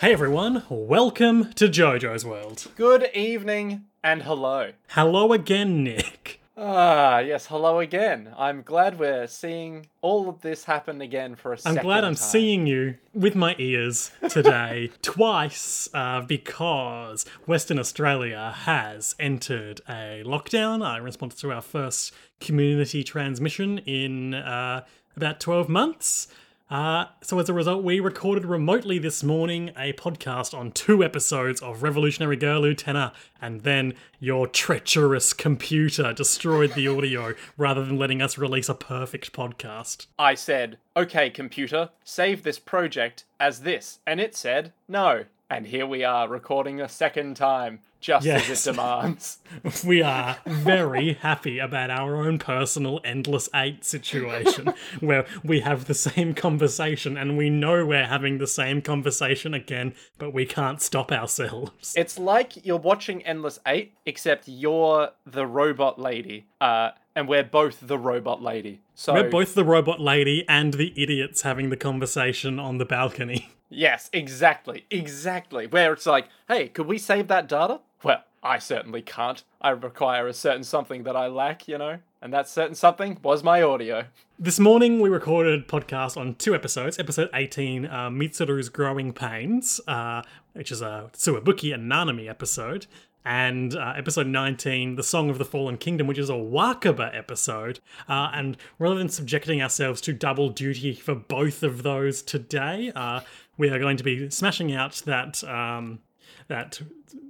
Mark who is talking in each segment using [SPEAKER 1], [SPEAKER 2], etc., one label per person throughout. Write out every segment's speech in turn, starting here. [SPEAKER 1] Hey everyone, welcome to JoJo's World.
[SPEAKER 2] Good evening and hello.
[SPEAKER 1] Hello again, Nick.
[SPEAKER 2] Ah, yes, hello again. I'm glad we're seeing all of this happen again for a
[SPEAKER 1] I'm
[SPEAKER 2] second
[SPEAKER 1] glad I'm
[SPEAKER 2] time.
[SPEAKER 1] seeing you with my ears today twice uh, because Western Australia has entered a lockdown uh, in response to our first community transmission in uh, about 12 months. Uh, so, as a result, we recorded remotely this morning a podcast on two episodes of Revolutionary Girl Lieutenant, and then your treacherous computer destroyed the audio rather than letting us release a perfect podcast.
[SPEAKER 2] I said, okay, computer, save this project as this. And it said, no. And here we are recording a second time, just
[SPEAKER 1] Yes.
[SPEAKER 2] as it demands.
[SPEAKER 1] We are very happy about our own personal endless eight situation where we have the same conversation and we know we're having the same conversation again, but we can't stop ourselves.
[SPEAKER 2] it's like you're watching Endless Eight, except you're the robot lady. Uh, and we're both the robot lady. So
[SPEAKER 1] We're both the robot lady and the idiots having the conversation on the balcony.
[SPEAKER 2] Yes, exactly, exactly. Where it's like, hey, could we save that data? Well, I certainly can't. I require a certain something that I lack, you know? And that certain something was my audio.
[SPEAKER 1] This morning we recorded podcast on two episodes. Episode 18, uh, Mitsuru's Growing Pains, uh, which is a Tsuwabuki and Nanami episode. And uh, episode 19, The Song of the Fallen Kingdom, which is a Wakaba episode. Uh, and rather than subjecting ourselves to double duty for both of those today, uh, we are going to be smashing out that um, that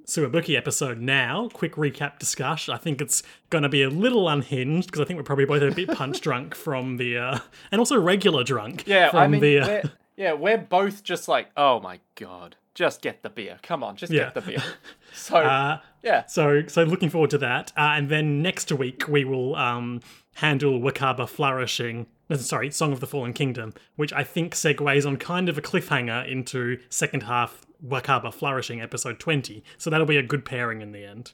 [SPEAKER 1] Suwabuki episode now. Quick recap discussion. I think it's going to be a little unhinged because I think we're probably both a bit punch drunk from the, uh, and also regular drunk.
[SPEAKER 2] Yeah,
[SPEAKER 1] from
[SPEAKER 2] I mean,
[SPEAKER 1] the, uh,
[SPEAKER 2] we're, yeah, we're both just like, oh my god, just get the beer. Come on, just
[SPEAKER 1] Yeah.
[SPEAKER 2] get the beer. So, yeah,
[SPEAKER 1] uh, So, so looking forward to that. Uh, and then next week we will um, handle Wakaba flourishing. no, Sorry, Song of the Fallen Kingdom, which I think segues on kind of a cliffhanger into second half Wakaba flourishing episode twenty. So that'll be a good pairing in the end.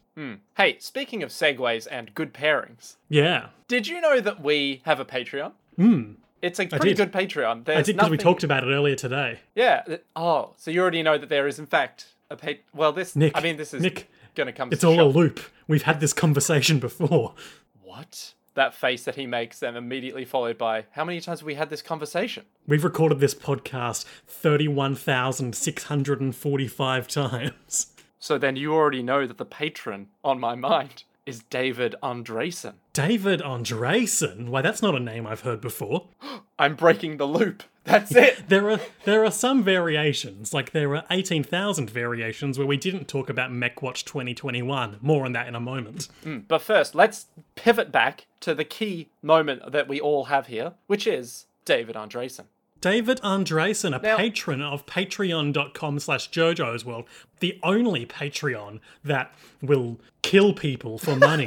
[SPEAKER 2] hey, speaking of segues and good pairings,
[SPEAKER 1] Yeah,
[SPEAKER 2] did you know that we have a Patreon? Hmm. It's a pretty good Patreon. There's
[SPEAKER 1] I did because we
[SPEAKER 2] nothing-
[SPEAKER 1] talked about it earlier today.
[SPEAKER 2] Yeah. th- Oh, so you already know that there is, in fact, a pa- well. This
[SPEAKER 1] Nick,
[SPEAKER 2] I mean, this is
[SPEAKER 1] Nick,
[SPEAKER 2] going to come.
[SPEAKER 1] It's all a loop. We've had this conversation before.
[SPEAKER 2] what that face that he makes, then immediately followed by how many times have we had this conversation?
[SPEAKER 1] We've recorded this podcast thirty-one thousand six hundred and forty-five times.
[SPEAKER 2] So then you already know that the patron on my mind is David Andresen.
[SPEAKER 1] David Andresen? Why, that's not a name I've heard before.
[SPEAKER 2] I'm breaking the loop. That's it.
[SPEAKER 1] There are there are some variations, like there are eighteen thousand variations where we didn't talk about MechWatch 2021. More on that in a moment.
[SPEAKER 2] but first, let's pivot back to the key moment that we all have here, which is David Andresen.
[SPEAKER 1] David Andresen, a
[SPEAKER 2] Now-
[SPEAKER 1] patron of patreon.com slash Jojo's World, the only Patreon that will kill people for money.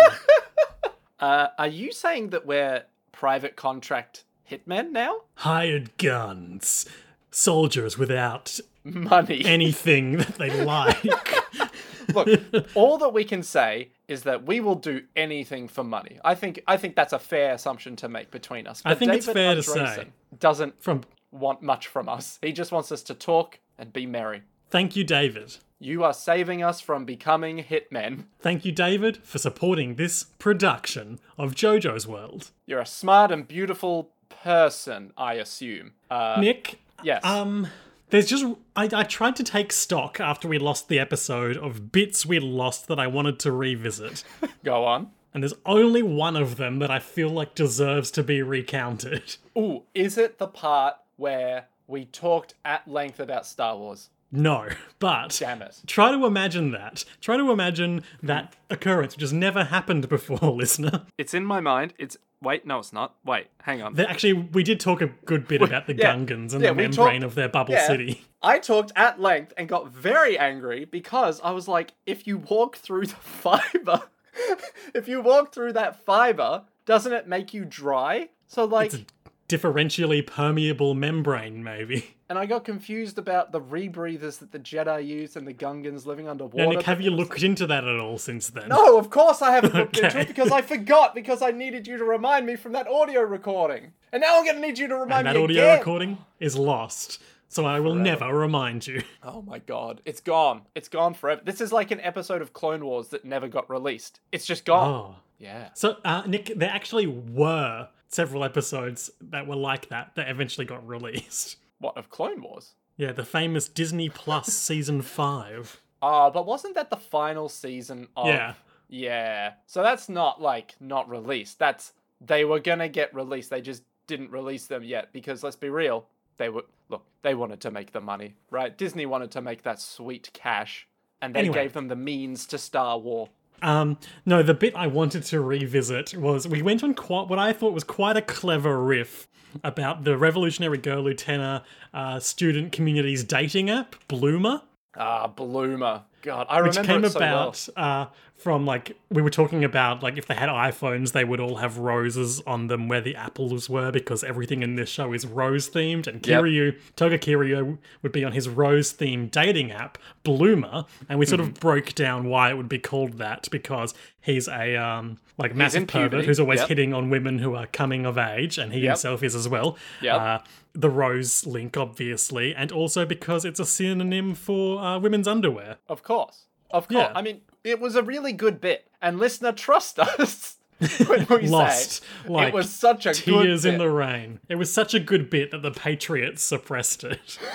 [SPEAKER 2] Uh, are you saying that we're private contract hitmen now?
[SPEAKER 1] Hired guns. Soldiers without
[SPEAKER 2] Money.
[SPEAKER 1] anything that they like.
[SPEAKER 2] Look, all that we can say is that we will do anything for money. I think I think that's a fair assumption to make between us. But
[SPEAKER 1] think it's fair to say.
[SPEAKER 2] say doesn't
[SPEAKER 1] From
[SPEAKER 2] want much from us. He just wants us to talk and be merry.
[SPEAKER 1] Thank you, David.
[SPEAKER 2] You are saving us from becoming hitmen.
[SPEAKER 1] Thank you, David, for supporting this production of JoJo's World.
[SPEAKER 2] You're a smart and beautiful person, I assume. Uh,
[SPEAKER 1] Nick,
[SPEAKER 2] yes.
[SPEAKER 1] um, there's just I, I tried to take stock after we lost the episode of bits we lost that I wanted to revisit,
[SPEAKER 2] Go on.
[SPEAKER 1] and there's only one of them that I feel like deserves to be recounted.
[SPEAKER 2] Ooh, is it the part where we talked at length about Star Wars?
[SPEAKER 1] No, but
[SPEAKER 2] Damn it.
[SPEAKER 1] try to imagine that. Try to imagine that occurrence which has never happened before, listener.
[SPEAKER 2] It's in my mind. It's wait, no, it's not. Wait, hang on.
[SPEAKER 1] That actually we did talk a good bit about the
[SPEAKER 2] yeah.
[SPEAKER 1] Gungans and
[SPEAKER 2] Yeah,
[SPEAKER 1] the
[SPEAKER 2] we
[SPEAKER 1] membrane
[SPEAKER 2] talked-
[SPEAKER 1] of their bubble
[SPEAKER 2] Yeah.
[SPEAKER 1] city.
[SPEAKER 2] I talked at length and got very angry because I was like, if you walk through the fiber, if you walk through that fiber, doesn't it make you dry? So, like,
[SPEAKER 1] differentially permeable membrane, maybe.
[SPEAKER 2] and I got confused about the rebreathers that the Jedi used and the Gungans living underwater.
[SPEAKER 1] And Nick, have you looked into that at all since then?
[SPEAKER 2] no, of course I haven't looked into
[SPEAKER 1] Okay.
[SPEAKER 2] it because I forgot because I needed you to remind me from that audio recording. And now I'm going to need you to remind
[SPEAKER 1] And that
[SPEAKER 2] me
[SPEAKER 1] audio
[SPEAKER 2] again.
[SPEAKER 1] recording is lost. so I will
[SPEAKER 2] Forever.
[SPEAKER 1] never remind you.
[SPEAKER 2] Oh my god. It's gone. It's gone forever. This is like an episode of Clone Wars that never got released. It's just gone.
[SPEAKER 1] Oh.
[SPEAKER 2] Yeah.
[SPEAKER 1] So, uh, Nick, there actually were several episodes that were like that that eventually got released.
[SPEAKER 2] What, of Clone Wars?
[SPEAKER 1] Yeah, the famous Disney Plus season five.
[SPEAKER 2] Ah, but wasn't that the final season of.
[SPEAKER 1] Yeah.
[SPEAKER 2] Yeah. So that's not like not released. That's. They were gonna get released. They just didn't release them yet because let's be real. They were. Look, they wanted to make the money, right? Disney wanted to make that sweet cash and they
[SPEAKER 1] Anyway.
[SPEAKER 2] gave them the means to Star War.
[SPEAKER 1] Um, no, the bit I wanted to revisit was we went on quite what I thought was quite a clever riff about the Revolutionary Girl Lieutenant uh, student community's dating app, Bloomer.
[SPEAKER 2] Ah, Bloomer. God, I
[SPEAKER 1] which
[SPEAKER 2] remember
[SPEAKER 1] came
[SPEAKER 2] it so well.
[SPEAKER 1] about uh, from like we were talking about like if they had iPhones they would all have roses on them where the apples were because everything in this show is rose themed and
[SPEAKER 2] Yep.
[SPEAKER 1] Kiryu Toga Kiryu would be on his rose themed dating app Bloomer and we
[SPEAKER 2] Mm-hmm.
[SPEAKER 1] sort of broke down why it would be called that because he's a um like massive
[SPEAKER 2] in
[SPEAKER 1] pervert
[SPEAKER 2] puberty,
[SPEAKER 1] who's always
[SPEAKER 2] yep.
[SPEAKER 1] hitting on women who are coming of age and he himself is as well
[SPEAKER 2] Yep.
[SPEAKER 1] uh, the rose link obviously and also because it's a synonym for uh, women's underwear
[SPEAKER 2] Of course. Of course.
[SPEAKER 1] Yeah.
[SPEAKER 2] I mean, it was a really good bit. And listener, trust us when we
[SPEAKER 1] Lost,
[SPEAKER 2] say
[SPEAKER 1] like,
[SPEAKER 2] it was such a good
[SPEAKER 1] Tears in
[SPEAKER 2] bit.
[SPEAKER 1] the Rain. It was such a good bit that the Patriots suppressed it.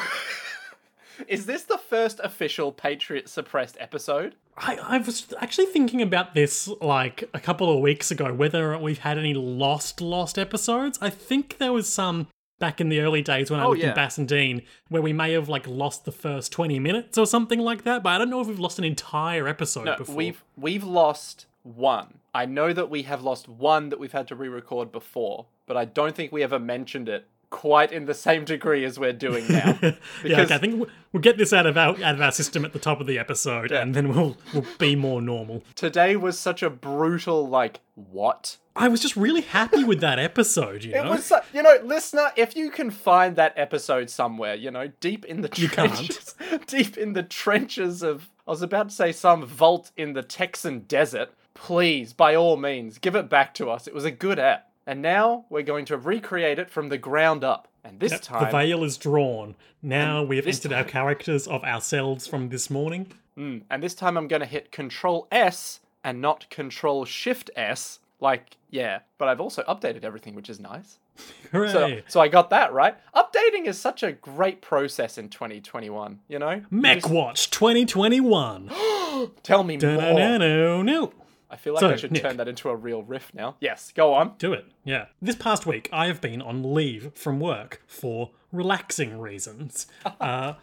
[SPEAKER 2] Is this the first official Patriot suppressed episode?
[SPEAKER 1] I, I was actually thinking about this like a couple of weeks ago, whether we've had any lost, lost episodes. I think there was some back in the early days when I looked
[SPEAKER 2] Oh, yeah.
[SPEAKER 1] in Bassendine where we may have like lost the first 20 minutes or something like that, but I don't know if we've lost an entire episode before.
[SPEAKER 2] We've we've lost one. I know that we have lost one that we've had to re-record before, but I don't think we ever mentioned it quite in the same degree as we're doing now.
[SPEAKER 1] yeah,
[SPEAKER 2] because-
[SPEAKER 1] okay, I think we'll- we'll get this out of our out of our system at the top of the episode, and then we'll we'll be more normal.
[SPEAKER 2] Today was such a brutal like what?
[SPEAKER 1] I was just really happy with that episode. You
[SPEAKER 2] It
[SPEAKER 1] know,
[SPEAKER 2] was, su- you know, listener, if you can find that episode somewhere, you know, deep in the
[SPEAKER 1] can't.
[SPEAKER 2] trenches, deep in the trenches of, I was about to say some vault in the Texan desert, please, by all means, give it back to us. It was a good app. And now we're going to recreate it from the ground up. And this
[SPEAKER 1] The
[SPEAKER 2] time,
[SPEAKER 1] veil is drawn. Now we have
[SPEAKER 2] this
[SPEAKER 1] entered our characters of ourselves from this morning.
[SPEAKER 2] Mm, and this time I'm going to hit Control S and not Control Shift S. Like, yeah, but I've also updated everything, which is nice.
[SPEAKER 1] Hooray!
[SPEAKER 2] So, so I got that right. Updating is such a great process in 2021, you know?
[SPEAKER 1] Mech Watch 2021.
[SPEAKER 2] Tell me more.
[SPEAKER 1] No, no.
[SPEAKER 2] I feel like
[SPEAKER 1] So,
[SPEAKER 2] I should
[SPEAKER 1] Nick.
[SPEAKER 2] turn that into a real riff now. Yes, go on.
[SPEAKER 1] Do it. Yeah. This past week, I have been on leave from work for relaxing reasons. Uh,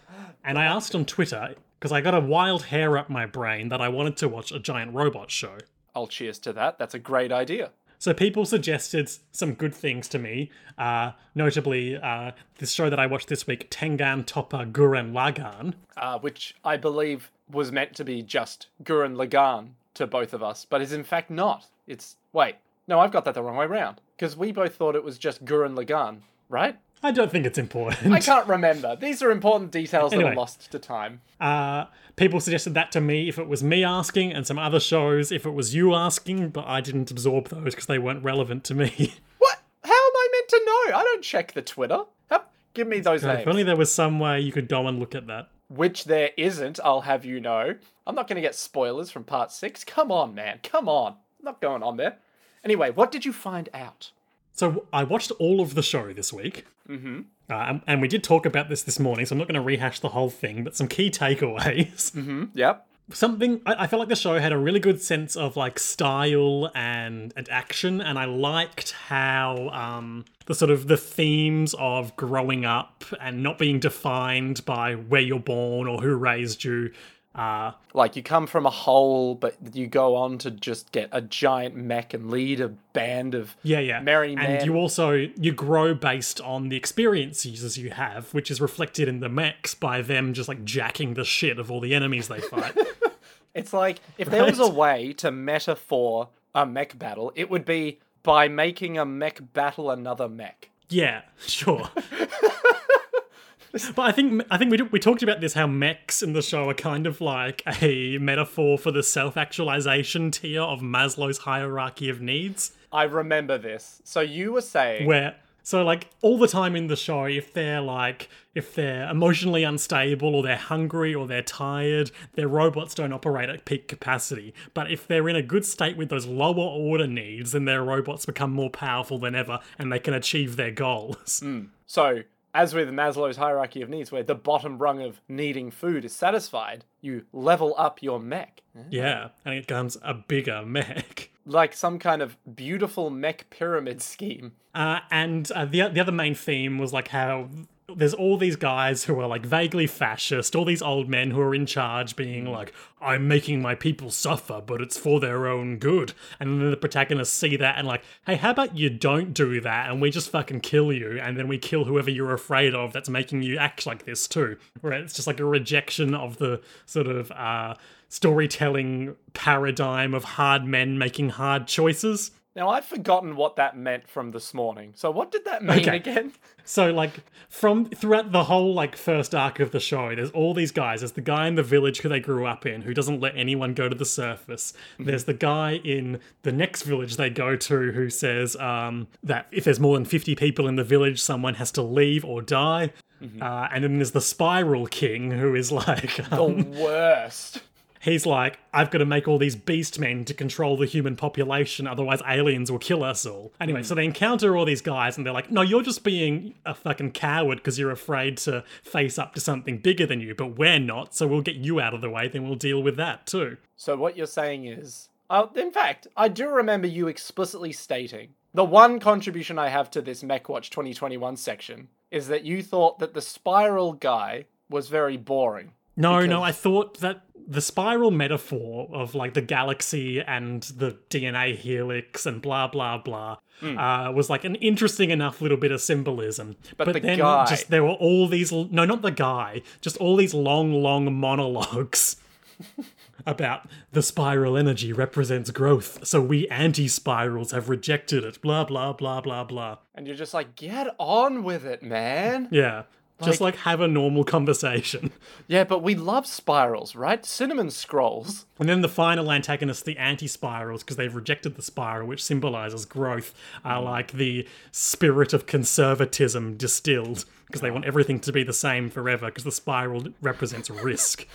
[SPEAKER 1] and I asked on Twitter, because I got a wild hair up my brain that I wanted to watch a giant robot show.
[SPEAKER 2] I'll cheers to that. That's a great idea.
[SPEAKER 1] So people suggested some good things to me, uh, notably uh, this show that I watched this week, Tengan Toppa Gurren Lagann.
[SPEAKER 2] Uh, which I believe was meant to be just Gurren Lagann to both of us, but is in fact not. It's. Wait, no, I've got that the wrong way round. Because we both thought it was just Gurren Lagann, right?
[SPEAKER 1] I don't think it's important.
[SPEAKER 2] I can't remember. These are important details that
[SPEAKER 1] Anyway.
[SPEAKER 2] are lost to time.
[SPEAKER 1] Uh, people suggested that to me if it was me asking, and some other shows if it was you asking, but I didn't absorb those because they weren't relevant to me.
[SPEAKER 2] What? How am I meant to know? I don't check the Twitter. How- Give me those
[SPEAKER 1] if
[SPEAKER 2] names.
[SPEAKER 1] only there was some way you could go and look at that.
[SPEAKER 2] which there isn't, I'll have you know. I'm not going to get spoilers from part six. Come on, man. Come on. I'm not going on there. Anyway, what did you find out?
[SPEAKER 1] So I watched all of the show this week. Mm-hmm. Uh, and, and we did talk about this this morning, so I'm not going to rehash the whole thing, but some key takeaways.
[SPEAKER 2] Hmm? Yep.
[SPEAKER 1] something I, I felt like the show had a really good sense of like style and and action and i liked how um the sort of the themes of growing up and not being defined by where you're born or who raised you uh
[SPEAKER 2] Like you come from a hole, but you go on to just get a giant mech and lead a band of
[SPEAKER 1] yeah yeah
[SPEAKER 2] merry men.
[SPEAKER 1] and you also you grow based on the experiences you have which is reflected in the mechs by them just like jacking the shit of all the enemies they fight
[SPEAKER 2] It's like if there was a way to metaphor a mech battle, it would be by making a mech battle another mech.
[SPEAKER 1] Yeah, sure. but I think I think we we talked about this how mechs in the show are kind of like a metaphor for the self-actualization tier of Maslow's hierarchy of needs,
[SPEAKER 2] I remember this. So you were saying
[SPEAKER 1] where So like all the time in the show, if they're like if they're emotionally unstable or they're hungry or they're tired, their robots don't operate at peak capacity. But if they're in a good state with those lower order needs, then their robots become more powerful than ever and they can achieve their goals.
[SPEAKER 2] So, as with Maslow's hierarchy of needs, where the bottom rung of needing food is satisfied, you level up your mech.
[SPEAKER 1] Yeah. And it becomes a bigger mech.
[SPEAKER 2] Like some kind of beautiful mech pyramid scheme.
[SPEAKER 1] Uh, and uh, the the other main theme was like how there's all these guys who are like vaguely fascist, all these old men who are in charge, being like, "I'm making my people suffer, but it's for their own good." And then the protagonists see that and like, "Hey, how about you don't do that, and we just fucking kill you, and then we kill whoever you're afraid of that's making you act like this too." Right? It's just like a rejection of the sort of uh, storytelling paradigm of hard men making hard choices.
[SPEAKER 2] Now, I've forgotten what that meant from this morning. So, what did that mean
[SPEAKER 1] Okay.
[SPEAKER 2] again?
[SPEAKER 1] So like from throughout the whole like first arc of the show, there's all these guys. There's the guy in the village who they grew up in who doesn't let anyone go to the surface. There's the guy in the next village they go to who says um, that if there's more than 50 people in the village, someone has to leave or die. Uh, and then there's the Spiral King who is like um,
[SPEAKER 2] The worst.
[SPEAKER 1] he's like, I've got to make all these beast men to control the human population, otherwise aliens will kill us all. Anyway, so they encounter all these guys and they're like, no, you're just being a fucking coward because you're afraid to face up to something bigger than you, but we're not, so we'll get you out of the way, then we'll deal with that too.
[SPEAKER 2] So, what you're saying is. Uh, in fact, I do remember you explicitly stating the one contribution I have to this MechWatch 2021 section is that you thought that the spiral guy was very boring.
[SPEAKER 1] No, no, I thought that the spiral metaphor of like the galaxy and the DNA helix and blah blah blah uh, was like an interesting enough little bit of symbolism. But,
[SPEAKER 2] the
[SPEAKER 1] then
[SPEAKER 2] guy-
[SPEAKER 1] just there were all these l- no, not the guy, just all these long, long monologues about the spiral energy represents growth, so we anti-spirals have rejected it. Blah blah blah blah blah.
[SPEAKER 2] And you're just like, get on with it, man.
[SPEAKER 1] Yeah. Just like have a normal conversation.
[SPEAKER 2] Yeah, but we love spirals, right? Cinnamon scrolls.
[SPEAKER 1] And then the final antagonist, the anti spirals, because they've rejected the spiral, which symbolizes growth, are
[SPEAKER 2] Mm.
[SPEAKER 1] like the spirit of conservatism distilled, because they
[SPEAKER 2] Ah.
[SPEAKER 1] want everything to be the same forever, because the spiral represents risk.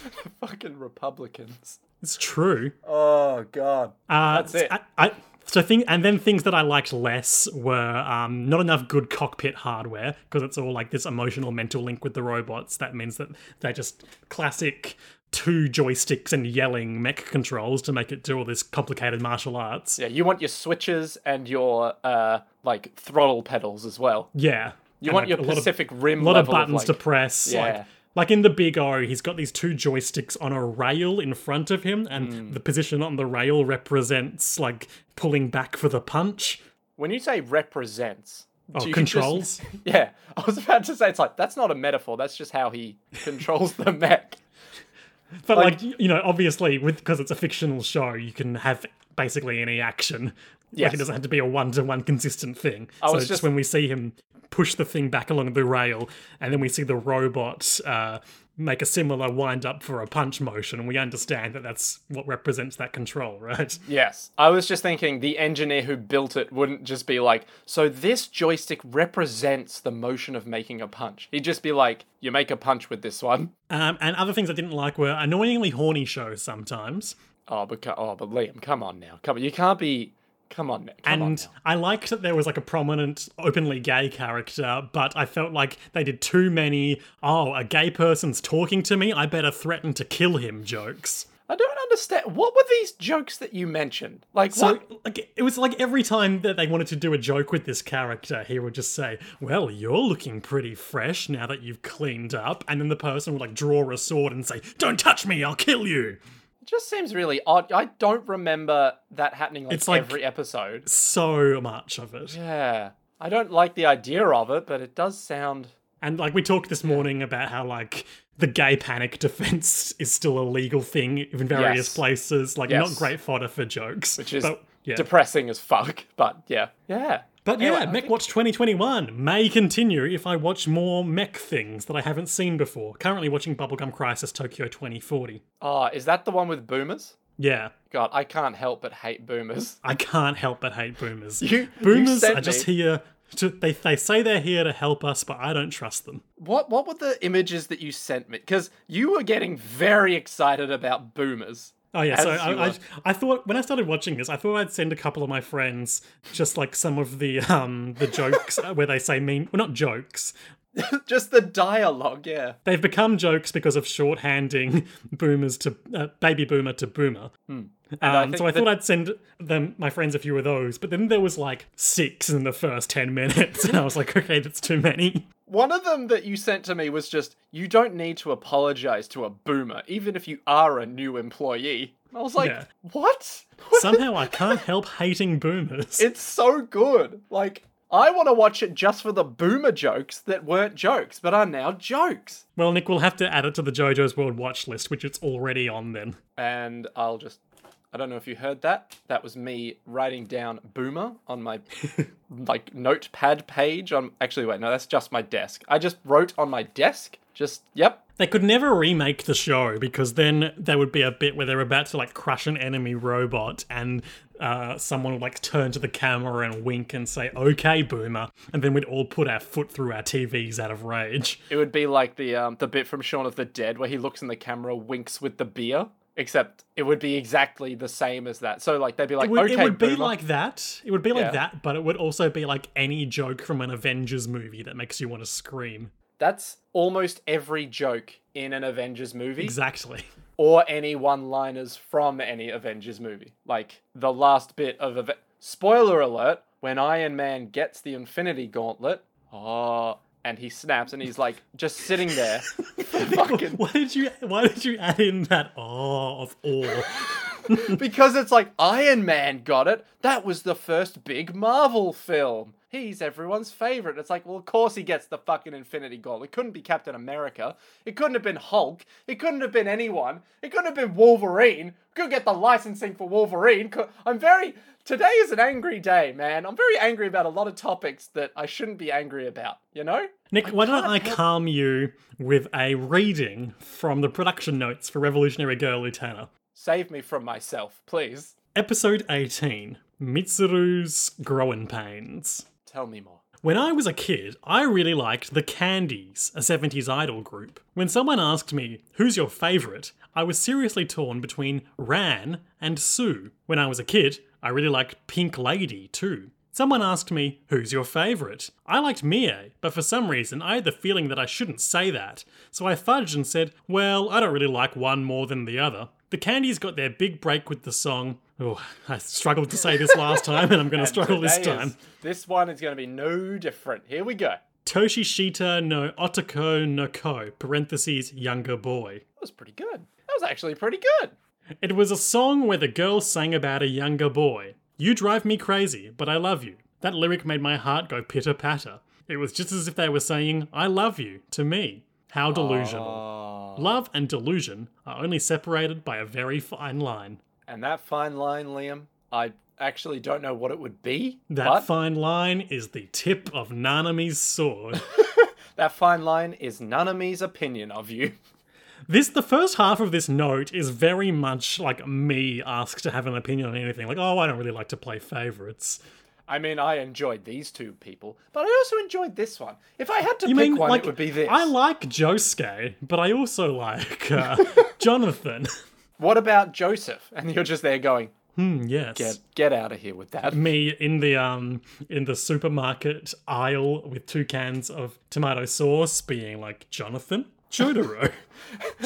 [SPEAKER 2] Fucking Republicans.
[SPEAKER 1] It's true.
[SPEAKER 2] Oh, God.
[SPEAKER 1] Uh,
[SPEAKER 2] That's it.
[SPEAKER 1] I, I, so thing, and then things that I liked less were um, not enough good cockpit hardware because it's all like this emotional mental link with the robots. That means that they're just classic two joysticks and yelling mech controls to make it do all this complicated martial arts.
[SPEAKER 2] Yeah, you want your switches and your, uh, like, throttle pedals as well.
[SPEAKER 1] Yeah,
[SPEAKER 2] You
[SPEAKER 1] And,
[SPEAKER 2] want
[SPEAKER 1] like,
[SPEAKER 2] your
[SPEAKER 1] a lot of-
[SPEAKER 2] Pacific Rim
[SPEAKER 1] a lot of
[SPEAKER 2] level
[SPEAKER 1] buttons
[SPEAKER 2] like,
[SPEAKER 1] to press.
[SPEAKER 2] Yeah.
[SPEAKER 1] Like, like in the Big O, he's got these two joysticks on a rail in front of him, and
[SPEAKER 2] Hmm.
[SPEAKER 1] the position on the rail represents like pulling back for the punch.
[SPEAKER 2] When you say represents...
[SPEAKER 1] Oh,
[SPEAKER 2] do you just-
[SPEAKER 1] controls.
[SPEAKER 2] yeah, I was about to say, it's like, that's not a metaphor, that's just how he controls the mech.
[SPEAKER 1] But like, you know, obviously, with because it's a fictional show, you can have basically any action. Like
[SPEAKER 2] Yes.
[SPEAKER 1] it doesn't have to be a one-to-one consistent thing. so
[SPEAKER 2] was
[SPEAKER 1] it's
[SPEAKER 2] just-
[SPEAKER 1] when we see him push the thing back along the rail, and then we see the robot uh, make a similar wind-up for a punch motion, we understand that that's what represents that control, right?
[SPEAKER 2] Yes. I was just thinking the engineer who built it wouldn't just be like, so this joystick represents the motion of making a punch. He'd just be like, you make a punch with this one.
[SPEAKER 1] Um, and other things I didn't like were annoyingly horny shows sometimes.
[SPEAKER 2] Oh, but co- oh, but Liam, come on now. Come on. You can't be come on now. Come on
[SPEAKER 1] And
[SPEAKER 2] now.
[SPEAKER 1] I liked that there was like a prominent openly gay character, but I felt like they did too many, oh, a gay person's talking to me, I better threaten to kill him jokes.
[SPEAKER 2] I don't understand what were these jokes that you mentioned? Like
[SPEAKER 1] So
[SPEAKER 2] what
[SPEAKER 1] like it was like every time that they wanted to do a joke with this character, he would just say, "Well, you're looking pretty fresh now that you've cleaned up," and then the person would like draw a sword and say, "Don't touch me, I'll kill you."
[SPEAKER 2] it just seems really odd. I don't remember that happening like,
[SPEAKER 1] It's like-
[SPEAKER 2] every episode.
[SPEAKER 1] So much of it.
[SPEAKER 2] Yeah. I don't like the idea of it, but it does sound
[SPEAKER 1] And like we talked this morning about how like the gay panic defense is still a legal thing in various
[SPEAKER 2] Yes.
[SPEAKER 1] places. Like
[SPEAKER 2] Yes.
[SPEAKER 1] not great fodder for jokes. Which
[SPEAKER 2] is
[SPEAKER 1] but, yeah.
[SPEAKER 2] depressing as fuck, but yeah. Yeah.
[SPEAKER 1] but yeah,
[SPEAKER 2] Anyway, I
[SPEAKER 1] MechWatch 2021 may continue if I watch more mech things that I haven't seen before. Currently watching Bubblegum Crisis Tokyo 2040.
[SPEAKER 2] Oh, is that the one with boomers?
[SPEAKER 1] Yeah,
[SPEAKER 2] God, I can't help but hate boomers.
[SPEAKER 1] I can't help but hate boomers.
[SPEAKER 2] You- you
[SPEAKER 1] boomers
[SPEAKER 2] sent
[SPEAKER 1] are just
[SPEAKER 2] me-
[SPEAKER 1] here To, they, they say they're here to help us, but I don't trust them.
[SPEAKER 2] What what were the images that you sent me? Because you were getting very excited about boomers.
[SPEAKER 1] Oh yeah,
[SPEAKER 2] As
[SPEAKER 1] so
[SPEAKER 2] you
[SPEAKER 1] I, I,
[SPEAKER 2] are.
[SPEAKER 1] I thought when I started watching this, I thought I'd send a couple of my friends just like some of the um the jokes where they say mean well not jokes.
[SPEAKER 2] Just the dialogue, yeah.
[SPEAKER 1] They've become jokes because of shorthanding boomers to uh, baby boomer to boomer.
[SPEAKER 2] Hmm. I
[SPEAKER 1] Um,
[SPEAKER 2] think
[SPEAKER 1] so I
[SPEAKER 2] that-
[SPEAKER 1] thought I'd send them my friends a few of those, but then there was like six in the first ten minutes, and I was like, okay, that's too many.
[SPEAKER 2] One of them that you sent to me was just you don't need to apologize to a boomer, even if you are a new employee. I was like,
[SPEAKER 1] Yeah.
[SPEAKER 2] what?
[SPEAKER 1] Somehow I can't help hating boomers.
[SPEAKER 2] It's so good. Like, I want to watch it just for the boomer jokes that weren't jokes, but are now jokes.
[SPEAKER 1] Well, Nick, we'll have to add it to the JoJo's World watch list, which it's already on. Then
[SPEAKER 2] And I'll just. I don't know if you heard that. That was me writing down boomer on my like notepad page. On actually, wait, no, that's just my desk. I just wrote on my desk. Just yep,
[SPEAKER 1] they could never remake the show because then there would be a bit where they're about to like crush an enemy robot, and uh, someone would like turn to the camera and wink and say, "Okay, boomer," and then we'd all put our foot through our TVs out of rage.
[SPEAKER 2] It would be like the um, the bit from Shaun of the Dead where he looks in the camera, winks with the beer. Except it would be exactly the same as that. So like they'd be like,
[SPEAKER 1] It would,
[SPEAKER 2] okay,
[SPEAKER 1] it would be
[SPEAKER 2] boomer."
[SPEAKER 1] like that. It would be like
[SPEAKER 2] Yeah.
[SPEAKER 1] that, but it would also be like any joke from an Avengers movie that makes you want to scream.
[SPEAKER 2] that's almost every joke in an Avengers movie
[SPEAKER 1] Exactly.
[SPEAKER 2] or any one-liners from any Avengers movie. Like the last bit of Ave- spoiler alert: when Iron Man gets the Infinity Gauntlet, oh, and he snaps and he's like just sitting there, fucking
[SPEAKER 1] Why did you? Why did you add in that? Oh, of all.
[SPEAKER 2] Because it's like Iron Man got it. That was the first big Marvel film. He's everyone's favorite. It's like, well, of course he gets the fucking Infinity Gauntlet. It couldn't be Captain America. It couldn't have been Hulk. It couldn't have been anyone. It couldn't have been Wolverine. Couldn't get the licensing for Wolverine. Cou- I'm very. Today is an angry day, man. I'm very angry about a lot of topics that I shouldn't be angry about. You know?
[SPEAKER 1] Nick, why don't I calm you with a reading from the production notes for Revolutionary Girl Utana?
[SPEAKER 2] Save me from myself, please.
[SPEAKER 1] Episode 18 Mitsuru's Growing Pains.
[SPEAKER 2] Tell me more.
[SPEAKER 1] When I was a kid, I really liked The Candies, a 70s idol group. When someone asked me, who's your favourite, I was seriously torn between Ran and Sue. When I was a kid, I really liked Pink Lady too. Someone asked me, who's your favourite? I liked Mie, but for some reason I had the feeling that I shouldn't say that, so I fudged and said, well, I don't really like one more than the other. The Candies got their big break with the song. Oh, I struggled to say this last time, and I'm going to struggle this
[SPEAKER 2] Today is-
[SPEAKER 1] time.
[SPEAKER 2] this one is going to be no different. Here we go.
[SPEAKER 1] Toshishita no Otoko no Ko, parentheses, younger boy.
[SPEAKER 2] That was pretty good. That was actually pretty good.
[SPEAKER 1] It was a song where the girl sang about a younger boy. You drive me crazy, but I love you. That lyric made my heart go pitter patter. It was just as if they were saying, I love you, to me. How delusional.
[SPEAKER 2] Uh,
[SPEAKER 1] Love and delusion are only separated by a very fine line.
[SPEAKER 2] And that fine line, Liam, I actually don't know what it would be.
[SPEAKER 1] That
[SPEAKER 2] but
[SPEAKER 1] fine line is the tip of Nanami's sword.
[SPEAKER 2] that fine line is Naname's opinion of you.
[SPEAKER 1] This the first half of this note is very much like me asked to have an opinion on anything. Like, oh, I don't really like to play favorites.
[SPEAKER 2] I mean, I enjoyed these two people, but I also enjoyed this one. If I had to
[SPEAKER 1] You
[SPEAKER 2] pick
[SPEAKER 1] mean
[SPEAKER 2] one,
[SPEAKER 1] like
[SPEAKER 2] it would be this.
[SPEAKER 1] I like Josuke, but I also like uh, Jonathan.
[SPEAKER 2] what about Joseph? And you're just there going,
[SPEAKER 1] Hmm, yes.
[SPEAKER 2] get, get out of here with that.
[SPEAKER 1] Me in the um in the supermarket aisle with two cans of tomato sauce, being like Jonathan Jotaro.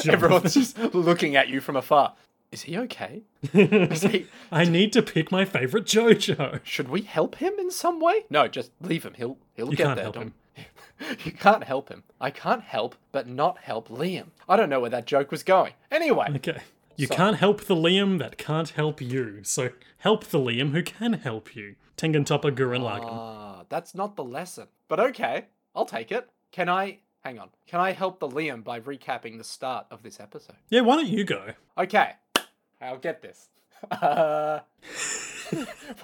[SPEAKER 2] Everyone's just looking at you from afar. Is he okay? Is he,
[SPEAKER 1] I need to pick my favorite JoJo.
[SPEAKER 2] should we help him in some way? No, just leave him. He'll he'll get
[SPEAKER 1] can't
[SPEAKER 2] there.
[SPEAKER 1] help
[SPEAKER 2] don't- you can't help him. I can't help but not help Liam. I don't know where that joke was going. Anyway,
[SPEAKER 1] Okay. You can't help the Liam that can't help you, so help the Liam who can help you. Tengen Toppa Gurren Lagann.
[SPEAKER 2] ah, that's not the lesson. But okay, I'll take it. Can I hang on? Can I help the Liam by recapping the start of this episode?
[SPEAKER 1] yeah, why don't you go?
[SPEAKER 2] Okay, I'll get this. Uh,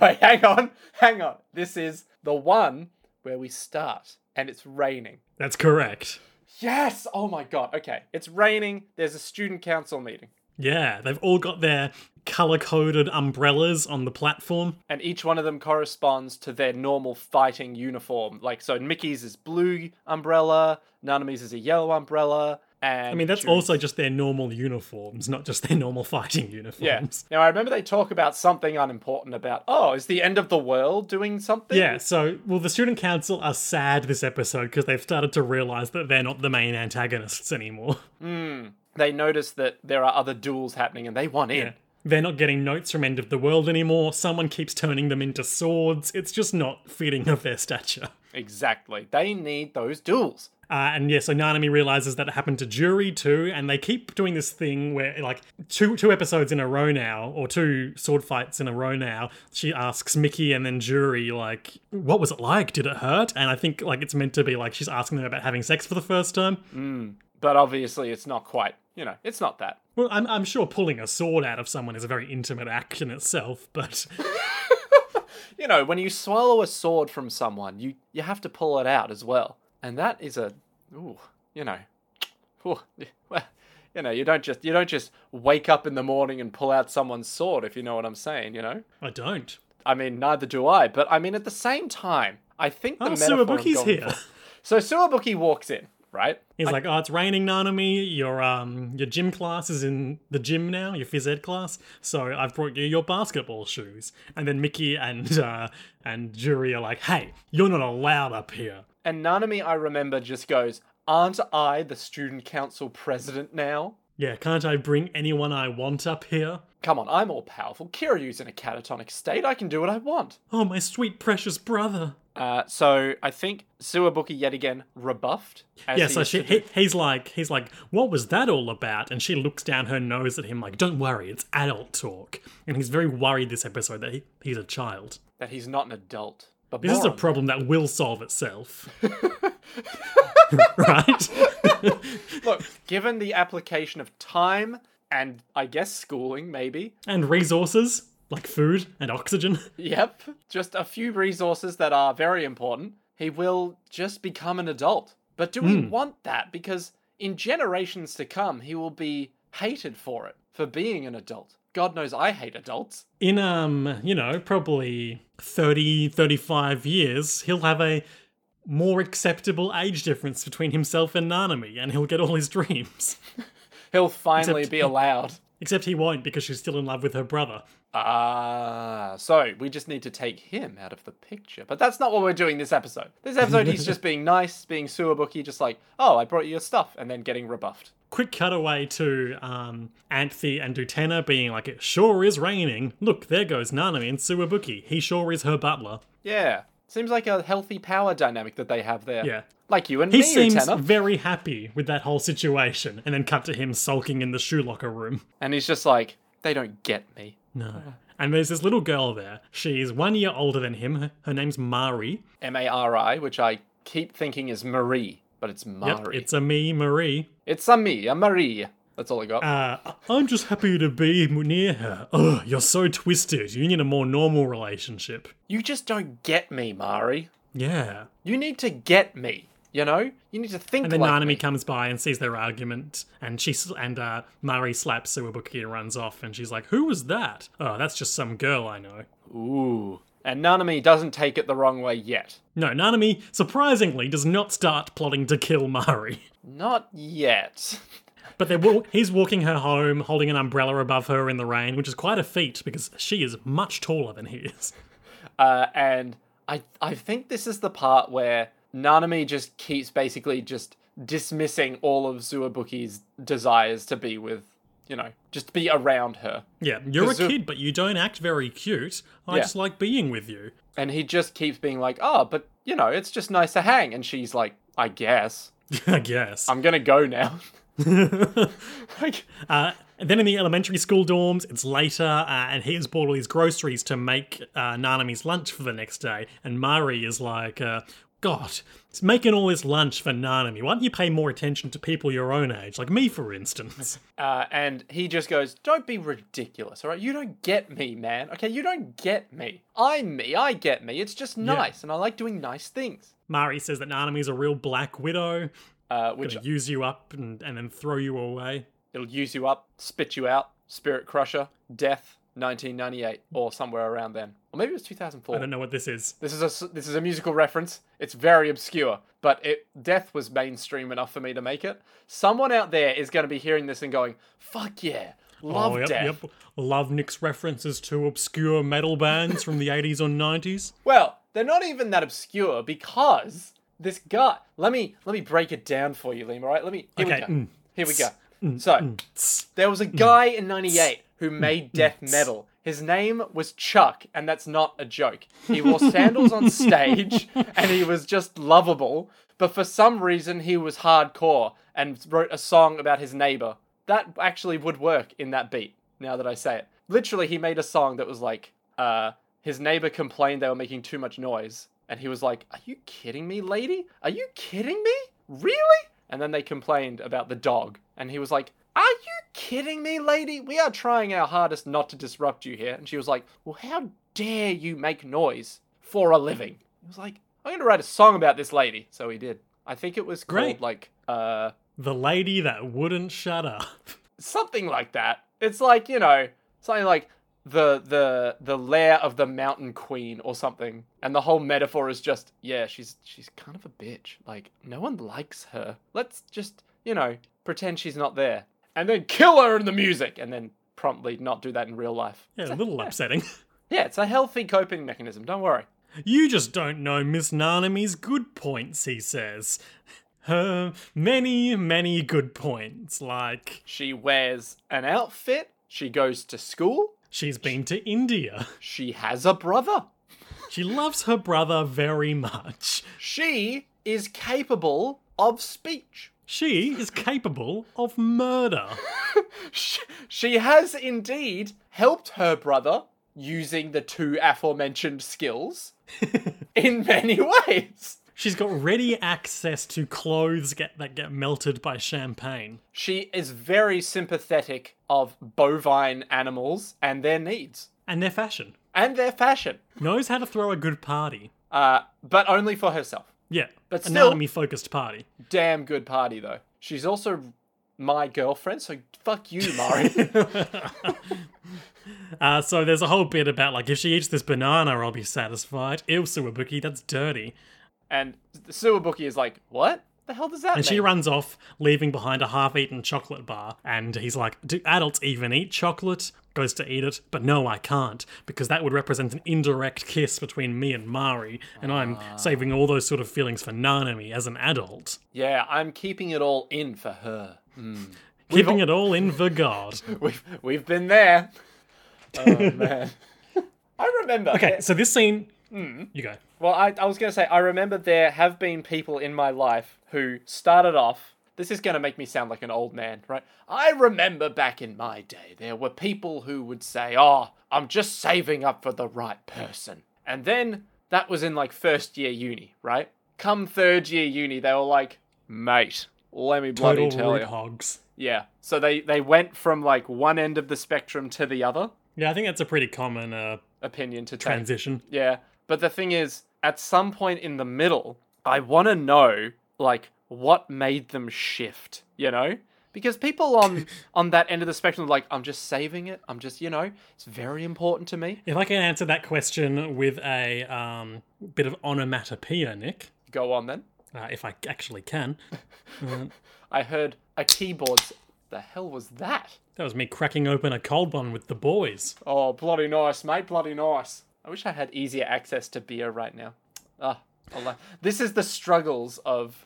[SPEAKER 2] wait, hang on, hang on. This is the one where we start, and it's raining.
[SPEAKER 1] That's correct.
[SPEAKER 2] Yes! Oh my god. Okay. It's raining. There's a student council meeting.
[SPEAKER 1] Yeah, they've all got their color coded umbrellas on the platform.
[SPEAKER 2] and each one of them corresponds to their normal fighting uniform. Like so, Mickey's is blue umbrella, Naname's is a yellow umbrella, and
[SPEAKER 1] I mean, that's
[SPEAKER 2] June's-
[SPEAKER 1] also just their normal uniforms, not just their normal fighting
[SPEAKER 2] yeah.
[SPEAKER 1] uniforms.
[SPEAKER 2] Now I remember they talk about something unimportant about oh, is the end of the world doing something?
[SPEAKER 1] Yeah, so, well, the student council are sad this episode because they've started to realize that they're not the main antagonists anymore.
[SPEAKER 2] They notice that there are other duels happening, and they want in.
[SPEAKER 1] They're not getting notes from End of the World anymore. Someone keeps turning them into swords. It's just not fitting of their stature.
[SPEAKER 2] Exactly. They need those duels.
[SPEAKER 1] Uh, and yeah, so Nanami realizes that it happened to Jury too, and they keep doing this thing where, like, two two episodes in a row now, or two sword fights in a row now, she asks Mickey and then Jury, like, what was it like? Did it hurt? And I think, like, it's meant to be like she's asking them about having sex for the first time.
[SPEAKER 2] But obviously, it's not quite. You know, it's not that.
[SPEAKER 1] Well, I'm, I'm sure pulling a sword out of someone is a very intimate act in itself, but
[SPEAKER 2] You know, when you swallow a sword from someone, you you have to pull it out as well, and that is a ooh, you know, ooh, well, you know, you don't just you don't just wake up in the morning and pull out someone's sword if you know what I'm saying. You know,
[SPEAKER 1] I don't.
[SPEAKER 2] I mean, neither do I, but I mean, at the same time, I think the
[SPEAKER 1] Oh,
[SPEAKER 2] metaphor I'm
[SPEAKER 1] Suwabuki's
[SPEAKER 2] going
[SPEAKER 1] here.
[SPEAKER 2] for- So Suwabuki walks in, right?
[SPEAKER 1] He's like, oh, it's raining, Nanami. Your um, your gym class is in the gym now. Your phys ed class. So I've brought you your basketball shoes. And then Mickey and uh, and Juri are like, hey, you're not allowed up here.
[SPEAKER 2] And Nanami, I remember, just goes, "Aren't I the student council president now?"
[SPEAKER 1] Yeah, can't I bring anyone I want up here?
[SPEAKER 2] Come on, I'm all powerful. Kiryu's in a catatonic state. I can do what I want.
[SPEAKER 1] Oh, my sweet precious brother.
[SPEAKER 2] Uh, so I think Suwabuki yet again rebuffed. As
[SPEAKER 1] Yeah,
[SPEAKER 2] he
[SPEAKER 1] so
[SPEAKER 2] used
[SPEAKER 1] she,
[SPEAKER 2] to do.
[SPEAKER 1] he, he's like, he's like, what was that all about? And she looks down her nose at him like, don't worry, it's adult talk. And he's very worried this episode that he, he's a child.
[SPEAKER 2] that he's not an adult. But
[SPEAKER 1] This is a
[SPEAKER 2] moron.
[SPEAKER 1] problem that will solve itself. right?
[SPEAKER 2] Look, given the application of time and I guess schooling, maybe.
[SPEAKER 1] And resources like food and oxygen.
[SPEAKER 2] Yep, just a few resources that are very important. He will just become an adult. But do
[SPEAKER 1] Hmm.
[SPEAKER 2] we want that? Because in generations to come, he will be hated for it for being an adult. God knows I hate adults.
[SPEAKER 1] In um, you know, probably 30, 35 years, he'll have a more acceptable age difference between himself and Nanami and he'll get all his dreams.
[SPEAKER 2] He'll finally
[SPEAKER 1] Except-
[SPEAKER 2] be allowed.
[SPEAKER 1] Except he won't because she's still in love with her brother.
[SPEAKER 2] Ah, so we just need to take him out of the picture. But that's not what we're doing this episode. This episode, he's just being nice, being Suwabuki, just like, oh, I brought you your stuff, and then getting rebuffed.
[SPEAKER 1] Quick cutaway to um, Anthe and Dutena being like, it sure is raining. Look, there goes Nanami and Suwabuki. He sure is her butler.
[SPEAKER 2] Yeah. Seems like a healthy power dynamic that they have there.
[SPEAKER 1] Yeah.
[SPEAKER 2] Like you and
[SPEAKER 1] He
[SPEAKER 2] me,
[SPEAKER 1] seems
[SPEAKER 2] Utena.
[SPEAKER 1] very happy with that whole situation, and then cut to him sulking in the shoe locker room.
[SPEAKER 2] And he's just like, they don't get me.
[SPEAKER 1] No.
[SPEAKER 2] Ah.
[SPEAKER 1] And there's this little girl there. She's one year older than him. Her, her name's Mari.
[SPEAKER 2] M A R I, which I keep thinking is Marie, but it's
[SPEAKER 1] Yep,
[SPEAKER 2] Mari.
[SPEAKER 1] it's a me, Marie.
[SPEAKER 2] it's a me, a Marie. That's all I got.
[SPEAKER 1] Uh, I'm just happy to be near her. Ugh, you're so twisted. You need a more normal relationship.
[SPEAKER 2] you just don't get me, Mari.
[SPEAKER 1] Yeah.
[SPEAKER 2] You need to get me. You know, you need to think
[SPEAKER 1] And then
[SPEAKER 2] like
[SPEAKER 1] Nanami
[SPEAKER 2] me.
[SPEAKER 1] comes by and sees their argument, and she s- and uh, Mari slaps Suwabuki and runs off. And she's like, "Who was that? Oh, that's just some girl I know."
[SPEAKER 2] Ooh. And Nanami doesn't take it the wrong way yet.
[SPEAKER 1] No, Nanami surprisingly does not start plotting to kill Mari.
[SPEAKER 2] Not yet.
[SPEAKER 1] But they're wa- he's walking her home, holding an umbrella above her in the rain, which is quite a feat because she is much taller than he is.
[SPEAKER 2] Uh, and I, I think this is the part where Nanami just keeps basically just dismissing all of Zuabuki's desires to be with, you know, just to be around her.
[SPEAKER 1] Yeah, you're a
[SPEAKER 2] Zoom-
[SPEAKER 1] kid, but you don't act very cute. I
[SPEAKER 2] Yeah.
[SPEAKER 1] just like being with you.
[SPEAKER 2] And he just keeps being like, oh, but, you know, it's just nice to hang. And she's like, I guess.
[SPEAKER 1] I guess.
[SPEAKER 2] I'm going to go now. like,
[SPEAKER 1] Uh, and then in the elementary school dorms, it's later, uh, and he's bought all these groceries to make uh, Nanami's lunch for the next day. And Mari is like, uh, God, it's making all this lunch for Nanami. Why don't you pay more attention to people your own age, like me, for instance?
[SPEAKER 2] Uh, and he just goes, Don't be ridiculous, all right? You don't get me, man. Okay, you don't get me. I'm me. I get me. It's just nice, and I like doing nice things.
[SPEAKER 1] Mari says that Nanami's a real black widow,
[SPEAKER 2] Uh, which,
[SPEAKER 1] use you up and, and then throw you away.
[SPEAKER 2] It'll use you up, spit you out. Spirit Crusher, Death, 1998, or somewhere around then, or maybe it was
[SPEAKER 1] I
[SPEAKER 2] 2004.
[SPEAKER 1] don't know what this is.
[SPEAKER 2] This is a s- this is a musical reference. It's very obscure, but it Death was mainstream enough for me to make it. Someone out there is going to be hearing this and going, "Fuck yeah, love
[SPEAKER 1] Oh, yep,
[SPEAKER 2] Death."
[SPEAKER 1] yep. Love Nick's references to obscure metal bands from the 80s or 90s.
[SPEAKER 2] Well, they're not even that obscure because this guy. Let me let me break it down for you, Liam. All right, let me. Here
[SPEAKER 1] Okay,
[SPEAKER 2] we go.
[SPEAKER 1] mm,
[SPEAKER 2] Here we go. so
[SPEAKER 1] Tss.
[SPEAKER 2] there was a guy in '98 who made death metal. His name was Chuck, and that's not a joke. He wore sandals on stage, and he was just lovable. But for some reason, he was hardcore and wrote a song about his neighbor. That actually would work in that beat. Now that I say it, literally, he made a song that was like, uh, his neighbor complained they were making too much noise, and he was like, "Are you kidding me, lady? Are you kidding me? Really?" And then they complained about the dog, and he was like, "Are you kidding me, lady? We are trying our hardest not to disrupt you here." And she was like, "Well, how dare you make noise for a living?" He was like, "I'm going to write a song about this lady." So he did. I think it was called
[SPEAKER 1] Great.
[SPEAKER 2] like uh
[SPEAKER 1] The lady that wouldn't shut up.
[SPEAKER 2] something like that. It's like you know something like the the the lair of the mountain queen or something. And the whole metaphor is just yeah, she's she's kind of a bitch. Like no one likes her. Let's just you know pretend she's not there and then kill her in the music and then promptly not do that in real life.
[SPEAKER 1] Yeah, a little upsetting.
[SPEAKER 2] Yeah, it's a healthy coping mechanism. Don't worry.
[SPEAKER 1] You just don't know Miss Nanami's good points, he says. Her many, many good points, like
[SPEAKER 2] She wears an outfit. She goes to school.
[SPEAKER 1] she's been to India.
[SPEAKER 2] She has a brother.
[SPEAKER 1] She loves her brother very much.
[SPEAKER 2] She is capable of speech.
[SPEAKER 1] She is capable of murder.
[SPEAKER 2] Sh- she has indeed helped her brother using the two aforementioned skills in many ways.
[SPEAKER 1] She's got ready access to clothes get, that get melted by champagne.
[SPEAKER 2] She is very sympathetic of bovine animals and their needs
[SPEAKER 1] And their fashion.
[SPEAKER 2] and their fashion,
[SPEAKER 1] Knows how to throw a good party.
[SPEAKER 2] uh, but only for herself.
[SPEAKER 1] Yeah.
[SPEAKER 2] But still-
[SPEAKER 1] anatomy focused party.
[SPEAKER 2] Damn good party though. She's also my girlfriend, so fuck you, Mari.
[SPEAKER 1] Uh, so there's a whole bit about like if she eats this banana, I'll be satisfied. Ew, Suwabuki, that's dirty.
[SPEAKER 2] and Suwabuki is like, what? The hell does
[SPEAKER 1] And
[SPEAKER 2] that mean?
[SPEAKER 1] she runs off, leaving behind a half-eaten chocolate bar. And he's like, "Do adults even eat chocolate?" Goes to eat it, but no, I can't because that would represent an indirect kiss between me and Mari, and I'm saving all those sort of feelings for Nanami as an adult,
[SPEAKER 2] yeah, I'm keeping it all in for her.
[SPEAKER 1] keeping it all in for God.
[SPEAKER 2] We've we've been there. Oh man. I remember.
[SPEAKER 1] Okay, so this scene, you go.
[SPEAKER 2] Well, I, I was going to say, I remember there have been people in my life who started off. This is going to make me sound like an old man, right? I remember back in my day, there were people who would say, Oh, I'm just saving up for the right person. And then that was in like first year uni, right? Come third year uni, they were like, Mate, let me bloody
[SPEAKER 1] Total
[SPEAKER 2] tell
[SPEAKER 1] root
[SPEAKER 2] you.
[SPEAKER 1] hogs.
[SPEAKER 2] Yeah. So they, they went from like one end of the spectrum to the other
[SPEAKER 1] Yeah, I think that's a pretty common uh,
[SPEAKER 2] opinion to take.
[SPEAKER 1] transition.
[SPEAKER 2] Yeah, but the thing is, at some point in the middle, I want to know like what made them shift, you know? Because people on on that end of the spectrum are like, I'm just saving it. I'm just, you know, it's very important to me.
[SPEAKER 1] If I can answer that question with a um, bit of onomatopoeia, Nick,
[SPEAKER 2] Go on then.
[SPEAKER 1] uh, if I actually can,
[SPEAKER 2] I heard a keyboard. s- The hell was that?
[SPEAKER 1] that was me cracking open a cold one with the boys.
[SPEAKER 2] Oh, bloody nice, mate. Bloody nice. I wish I had easier access to beer right now. Ah, I li- this is the struggles of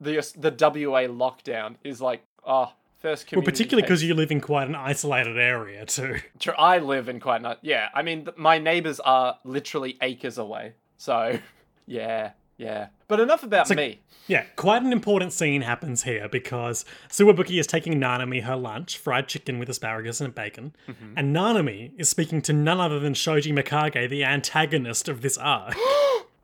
[SPEAKER 2] the the WA lockdown. Is like, ah, first
[SPEAKER 1] Well,
[SPEAKER 2] community.
[SPEAKER 1] particularly
[SPEAKER 2] case.
[SPEAKER 1] because you live in quite an isolated area too.
[SPEAKER 2] True, I live in quite nice. Yeah, I mean, th- my neighbors are literally acres away. So, yeah, yeah. But enough about me.
[SPEAKER 1] Yeah, quite an important scene happens here because Suwabuki is taking Nanami her lunch, fried chicken with asparagus and bacon, and Nanami is speaking to none other than Shoji Mikage, the antagonist of this arc.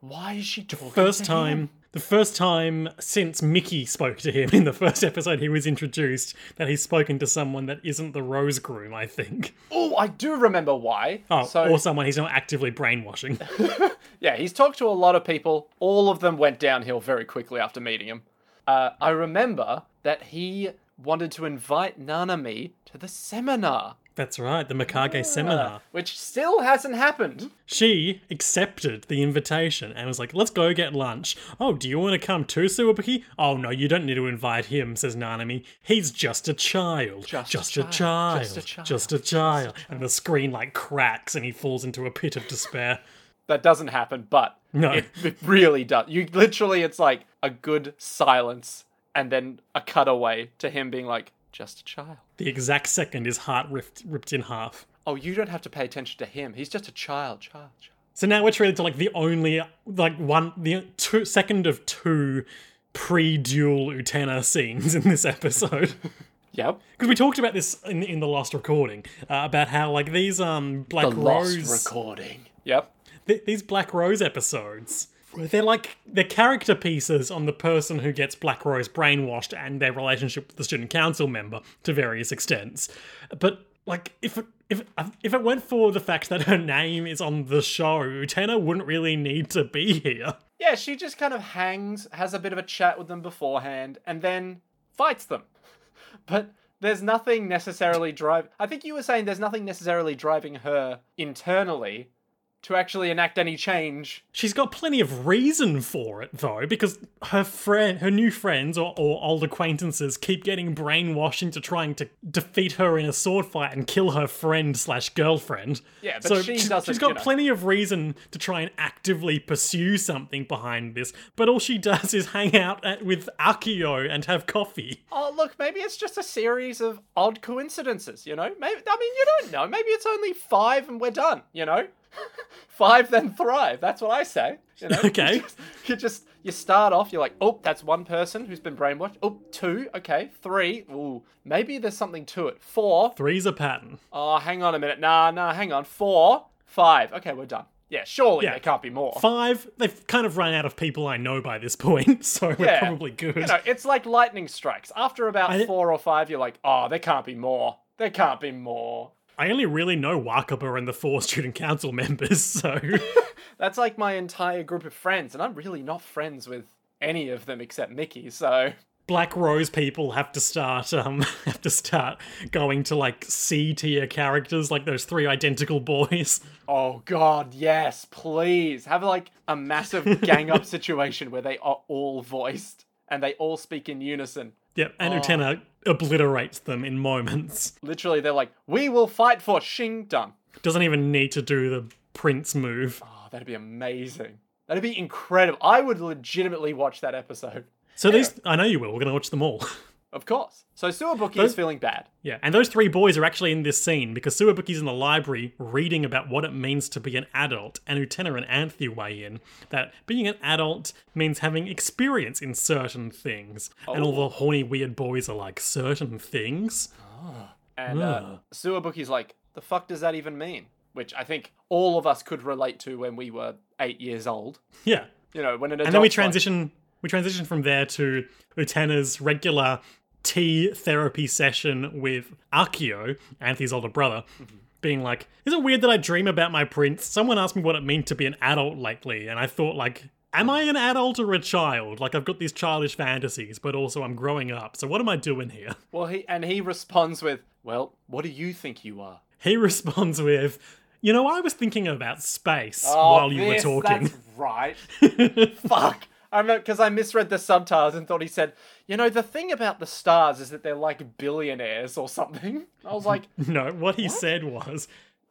[SPEAKER 2] Why is she talking?
[SPEAKER 1] first
[SPEAKER 2] to him?
[SPEAKER 1] time the first time since Mickey spoke to him in the first episode he was introduced that he's spoken to someone that isn't the Rose Groom, I think.
[SPEAKER 2] Oh, I do remember why.
[SPEAKER 1] Oh,
[SPEAKER 2] so
[SPEAKER 1] or someone he's not actively brainwashing.
[SPEAKER 2] yeah, he's talked to a lot of people. All of them went downhill very quickly after meeting him. Uh, I remember that he wanted to invite Nanami to the seminar,
[SPEAKER 1] That's right, the
[SPEAKER 2] Ah.
[SPEAKER 1] Mikage seminar.
[SPEAKER 2] which still hasn't happened.
[SPEAKER 1] She accepted the invitation and was like, let's go get lunch. Oh, do you want to come too, Suwabuki? Oh, no, you don't need to invite him, says Nanami. He's just a child.
[SPEAKER 2] Just a
[SPEAKER 1] a,
[SPEAKER 2] child.
[SPEAKER 1] child.
[SPEAKER 2] Just a child.
[SPEAKER 1] Just a child. And the screen, like, cracks and he falls into a pit of despair.
[SPEAKER 2] That doesn't happen, but
[SPEAKER 1] No.
[SPEAKER 2] it, it really does. You literally, it's like a good silence and then a cutaway to him being like, just a child.
[SPEAKER 1] The exact second his heart ripped, ripped in half.
[SPEAKER 2] Oh, you don't have to pay attention to him. He's just a child, child, child.
[SPEAKER 1] So now we're treated to like the only like one the two second of two pre-dual Utena scenes in this episode.
[SPEAKER 2] Yep.
[SPEAKER 1] Because we talked about this in, in the last recording uh, about how like these um Black Rose
[SPEAKER 2] recording. Yep.
[SPEAKER 1] th- these Black Rose episodes they're like they're character pieces on the person who gets Black Rose brainwashed and their relationship with the student council member to various extents. But like if it, if if it weren't for the fact that her name is on the show, Utena wouldn't really need to be here.
[SPEAKER 2] Yeah, she just kind of hangs, has a bit of a chat with them beforehand, and then fights them. But there's nothing necessarily drive. I think you were saying there's nothing necessarily driving her internally to actually enact any change.
[SPEAKER 1] She's got plenty of reason for it though, because her friend, her new friends or, or old acquaintances keep getting brainwashed into trying to defeat her in a sword fight and kill her friend slash girlfriend.
[SPEAKER 2] Yeah, but
[SPEAKER 1] so
[SPEAKER 2] she
[SPEAKER 1] she's-
[SPEAKER 2] doesn't,
[SPEAKER 1] She's got
[SPEAKER 2] you know.
[SPEAKER 1] plenty of reason to try and actively pursue something behind this, but all she does is hang out at, with Akio and have coffee.
[SPEAKER 2] Oh, look, maybe it's just a series of odd coincidences, you know? Maybe I mean, you don't know. Maybe it's only 5 and we're done, you know? 5 then thrive. That's what I say, you know?
[SPEAKER 1] Okay.
[SPEAKER 2] You just, you just you start off, you're like, "Oh, that's one person who's been brainwashed. Oh, two. Okay. 3. Ooh, maybe there's something to it. 4.
[SPEAKER 1] Three's a pattern.
[SPEAKER 2] Oh, hang on a minute. Nah, nah, hang on. 4, 5. Okay, we're done. Yeah, surely
[SPEAKER 1] Yeah.
[SPEAKER 2] there can't be more.
[SPEAKER 1] Five, they've kind of run out of people I know by this point, so we're
[SPEAKER 2] Yeah.
[SPEAKER 1] probably good.
[SPEAKER 2] You know, it's like lightning strikes. After about
[SPEAKER 1] I-
[SPEAKER 2] 4 or 5, you're like, "Oh, there can't be more. There can't be more."
[SPEAKER 1] I only really know Wakaba and the four student council members, so.
[SPEAKER 2] That's like my entire group of friends, and I'm really not friends with any of them except Mickey, so
[SPEAKER 1] Black Rose people have to start um have to start going to like C tier characters like those three identical boys.
[SPEAKER 2] Oh god, yes, please. Have like a massive gang up situation where they are all voiced and they all speak in unison.
[SPEAKER 1] Yep, and Utena obliterates them in moments.
[SPEAKER 2] Literally they're like, We will fight for Shingdom.
[SPEAKER 1] Doesn't even need to do the prince move.
[SPEAKER 2] Oh, that'd be amazing. That'd be incredible. I would legitimately watch that episode.
[SPEAKER 1] So these I know you will, we're gonna watch them all.
[SPEAKER 2] Of course. So Suwabuki is feeling bad.
[SPEAKER 1] Yeah, and those three boys are actually in this scene because Suwabuki's in the library reading about what it means to be an adult, and Utena and Anthe weigh in that being an adult means having experience in certain things. And all the horny, weird boys are like, certain things?
[SPEAKER 2] And uh, Suwabuki's like, the fuck does that even mean? Which I think all of us could relate to when we were eight years old.
[SPEAKER 1] Yeah.
[SPEAKER 2] You know, when an
[SPEAKER 1] And then we transition we transition from there to Utena's regular tea therapy session with Akio, Anthe's older brother. Being like, is it weird that I dream about my prince? Someone asked me what it meant to be an adult lately, and I thought, like, am I an adult or a child? Like, I've got these childish fantasies, but also I'm growing up, so what am I doing here?
[SPEAKER 2] well, he and he responds with, "Well, what do you think you are?"
[SPEAKER 1] He responds with, you know, I was thinking about space
[SPEAKER 2] Oh,
[SPEAKER 1] while you
[SPEAKER 2] this-
[SPEAKER 1] were talking.
[SPEAKER 2] that's right. Fuck. I remember because I misread the subtitles and thought he said, "You know, the thing about the stars is that they're like billionaires or something." I was like,
[SPEAKER 1] No, what he said was,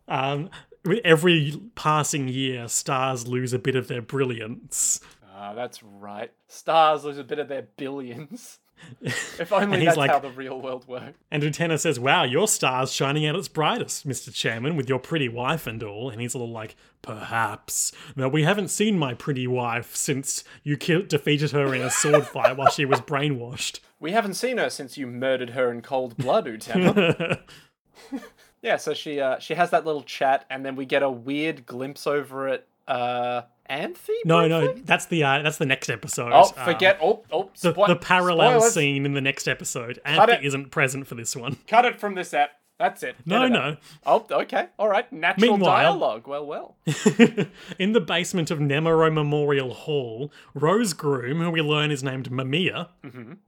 [SPEAKER 1] um, with every passing year, stars lose a bit of their brilliance.
[SPEAKER 2] "Ah, that's right. Stars lose a bit of their billions. If only
[SPEAKER 1] he's
[SPEAKER 2] that's
[SPEAKER 1] like-
[SPEAKER 2] how the real world works."
[SPEAKER 1] And Utena says, "Wow, your star's shining at its brightest, Mister Chairman, with your pretty wife and all." And he's a little like, "Perhaps." No, we haven't seen my pretty wife since you kill- defeated her in a sword fight while she was brainwashed.
[SPEAKER 2] We haven't seen her since you murdered her in cold blood, Utena. yeah, so she uh, she has that little chat, and then we get a weird glimpse over at uh, Anthe.
[SPEAKER 1] No,
[SPEAKER 2] briefly?
[SPEAKER 1] no, that's the uh, that's the next episode.
[SPEAKER 2] Oh,
[SPEAKER 1] Uh,
[SPEAKER 2] forget. Oh, oh,
[SPEAKER 1] the,
[SPEAKER 2] spoil-
[SPEAKER 1] the parallel
[SPEAKER 2] spoilers.
[SPEAKER 1] scene in the next episode.
[SPEAKER 2] it.
[SPEAKER 1] Anthe isn't present for this one.
[SPEAKER 2] Cut it from this app. That's it. Get
[SPEAKER 1] No,
[SPEAKER 2] it
[SPEAKER 1] no.
[SPEAKER 2] out. Oh, okay. All right. Natural
[SPEAKER 1] Meanwhile-
[SPEAKER 2] dialogue. Well, well.
[SPEAKER 1] In the basement of Nemuro Memorial Hall, Rose Groom, who we learn is named Mamiya,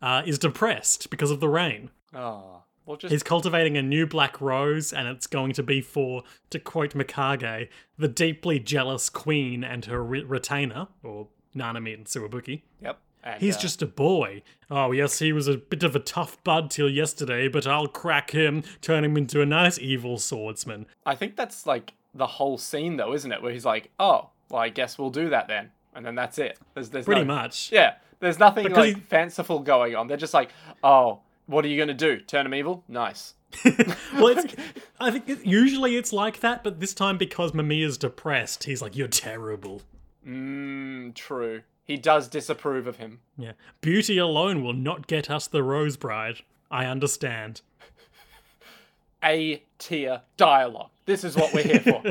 [SPEAKER 1] uh, is depressed because of the rain.
[SPEAKER 2] Oh, well, just
[SPEAKER 1] He's cultivating a new black rose, and it's going to be for, to quote Mikage, the deeply jealous queen and her re- retainer, or Nanami and Suwabuki.
[SPEAKER 2] yep. And,
[SPEAKER 1] He's
[SPEAKER 2] uh,
[SPEAKER 1] just a boy. Oh, yes, he was a bit of a tough bud till yesterday, but I'll crack him, turn him into a nice evil swordsman.
[SPEAKER 2] I think that's like the whole scene, though, isn't it? Where he's like, "Oh, well, I guess we'll do that then," and then that's it. There's, there's
[SPEAKER 1] Pretty
[SPEAKER 2] no-
[SPEAKER 1] much.
[SPEAKER 2] Yeah, there's nothing
[SPEAKER 1] Because
[SPEAKER 2] like
[SPEAKER 1] he-
[SPEAKER 2] fanciful going on. They're just like, "Oh, what are you gonna do? Turn him evil? Nice."
[SPEAKER 1] well, it's, I think it, usually it's like that, but this time because Mamiya's depressed, he's like, You're terrible.
[SPEAKER 2] Mm, true. He does disapprove of him.
[SPEAKER 1] Yeah. Beauty alone will not get us the Rose Bride. I understand.
[SPEAKER 2] A tier dialogue. This is what we're here for.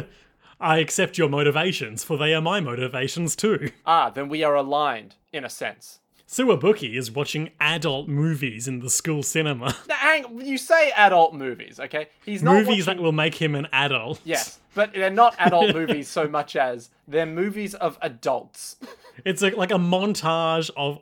[SPEAKER 1] I accept your motivations, for they are my motivations too.
[SPEAKER 2] ah, then we are aligned in a sense.
[SPEAKER 1] Suwabuki is watching adult movies in the school cinema.
[SPEAKER 2] Now, hang, you say adult movies, okay? He's not
[SPEAKER 1] movies
[SPEAKER 2] watching-
[SPEAKER 1] that will make him an adult.
[SPEAKER 2] Yes, but they're not adult movies so much as they're movies of adults.
[SPEAKER 1] It's a, like a montage of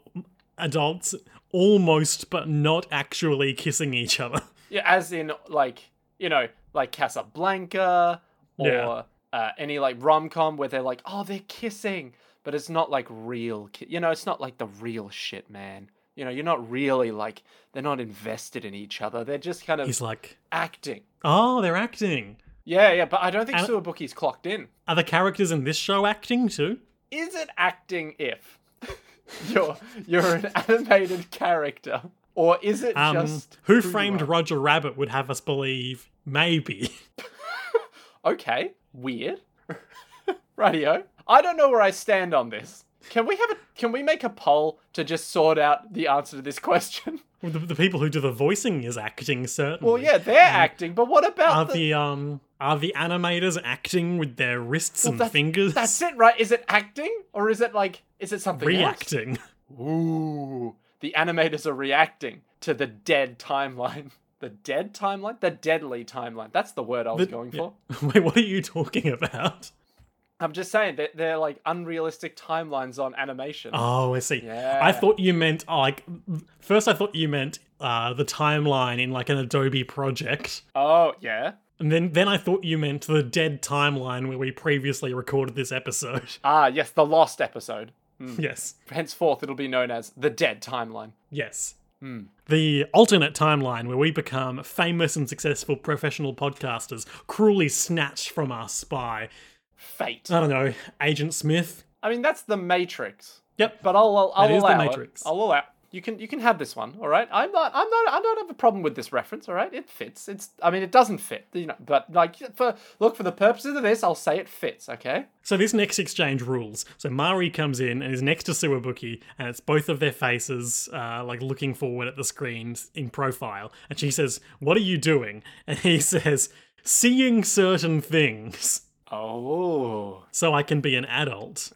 [SPEAKER 1] adults almost but not actually kissing each other.
[SPEAKER 2] Yeah, as in like you know, like Casablanca or
[SPEAKER 1] Yeah.
[SPEAKER 2] uh, any like rom com where they're like, oh, they're kissing, but it's not like real. Ki- you know, it's not like the real shit, man. You know, you're not really like they're not invested in each other. They're just kind of
[SPEAKER 1] He's like,
[SPEAKER 2] acting.
[SPEAKER 1] oh, they're acting.
[SPEAKER 2] Yeah, yeah, but I don't think
[SPEAKER 1] And-
[SPEAKER 2] Suwabuki's clocked in.
[SPEAKER 1] Are the characters in this show acting too?
[SPEAKER 2] Is it acting if you're you're an animated character, or is it
[SPEAKER 1] Um,
[SPEAKER 2] just
[SPEAKER 1] who
[SPEAKER 2] you
[SPEAKER 1] framed
[SPEAKER 2] are?
[SPEAKER 1] Roger Rabbit would have us believe maybe.
[SPEAKER 2] Okay, weird. Radio. I don't know where I stand on this. Can we have a can we make a poll to just sort out the answer to this question?
[SPEAKER 1] Well, the, the people who do the voicing is acting certainly.
[SPEAKER 2] Well, yeah, they're acting, but what
[SPEAKER 1] Are
[SPEAKER 2] about the,
[SPEAKER 1] the um are the animators acting with their wrists and
[SPEAKER 2] that's-
[SPEAKER 1] fingers
[SPEAKER 2] That's it, right? Is it acting or is it like is it something else?
[SPEAKER 1] reacting?
[SPEAKER 2] Ooh, the animators are reacting to the dead timeline. The dead timeline? The deadly timeline. That's the word I was
[SPEAKER 1] The-
[SPEAKER 2] going
[SPEAKER 1] yeah.
[SPEAKER 2] for.
[SPEAKER 1] Wait, what are you talking about?
[SPEAKER 2] I'm just saying that they're like unrealistic timelines on animation.
[SPEAKER 1] Oh, I see. I
[SPEAKER 2] Yeah.
[SPEAKER 1] thought you meant oh, like first I thought you meant uh the timeline in like an Adobe project.
[SPEAKER 2] oh yeah.
[SPEAKER 1] And then then I thought you meant the dead timeline where we previously recorded this episode.
[SPEAKER 2] Ah, yes, the lost episode.
[SPEAKER 1] yes.
[SPEAKER 2] Henceforth, it'll be known as the Dead Timeline.
[SPEAKER 1] Yes. The alternate timeline where we become famous and successful professional podcasters, cruelly snatched from us by,
[SPEAKER 2] Fate.
[SPEAKER 1] I don't know, Agent Smith.
[SPEAKER 2] I mean, that's the Matrix.
[SPEAKER 1] Yep.
[SPEAKER 2] But I'll I'll, I'll
[SPEAKER 1] That is the
[SPEAKER 2] allow
[SPEAKER 1] Matrix.
[SPEAKER 2] it. I'll allow. You can you can have this one. All right. I'm not I'm not I don't have a problem with this reference. All right. It fits. It's I mean it doesn't fit. You know. But like for look for the purposes of this, I'll say it fits. Okay.
[SPEAKER 1] So this next exchange rules. So Mari comes in and is next to Suwabuki, and it's both of their faces, uh, like looking forward at the screen in profile. And she says, "What are you doing?" And he says, "Seeing certain things,
[SPEAKER 2] Oh.
[SPEAKER 1] so I can be an adult."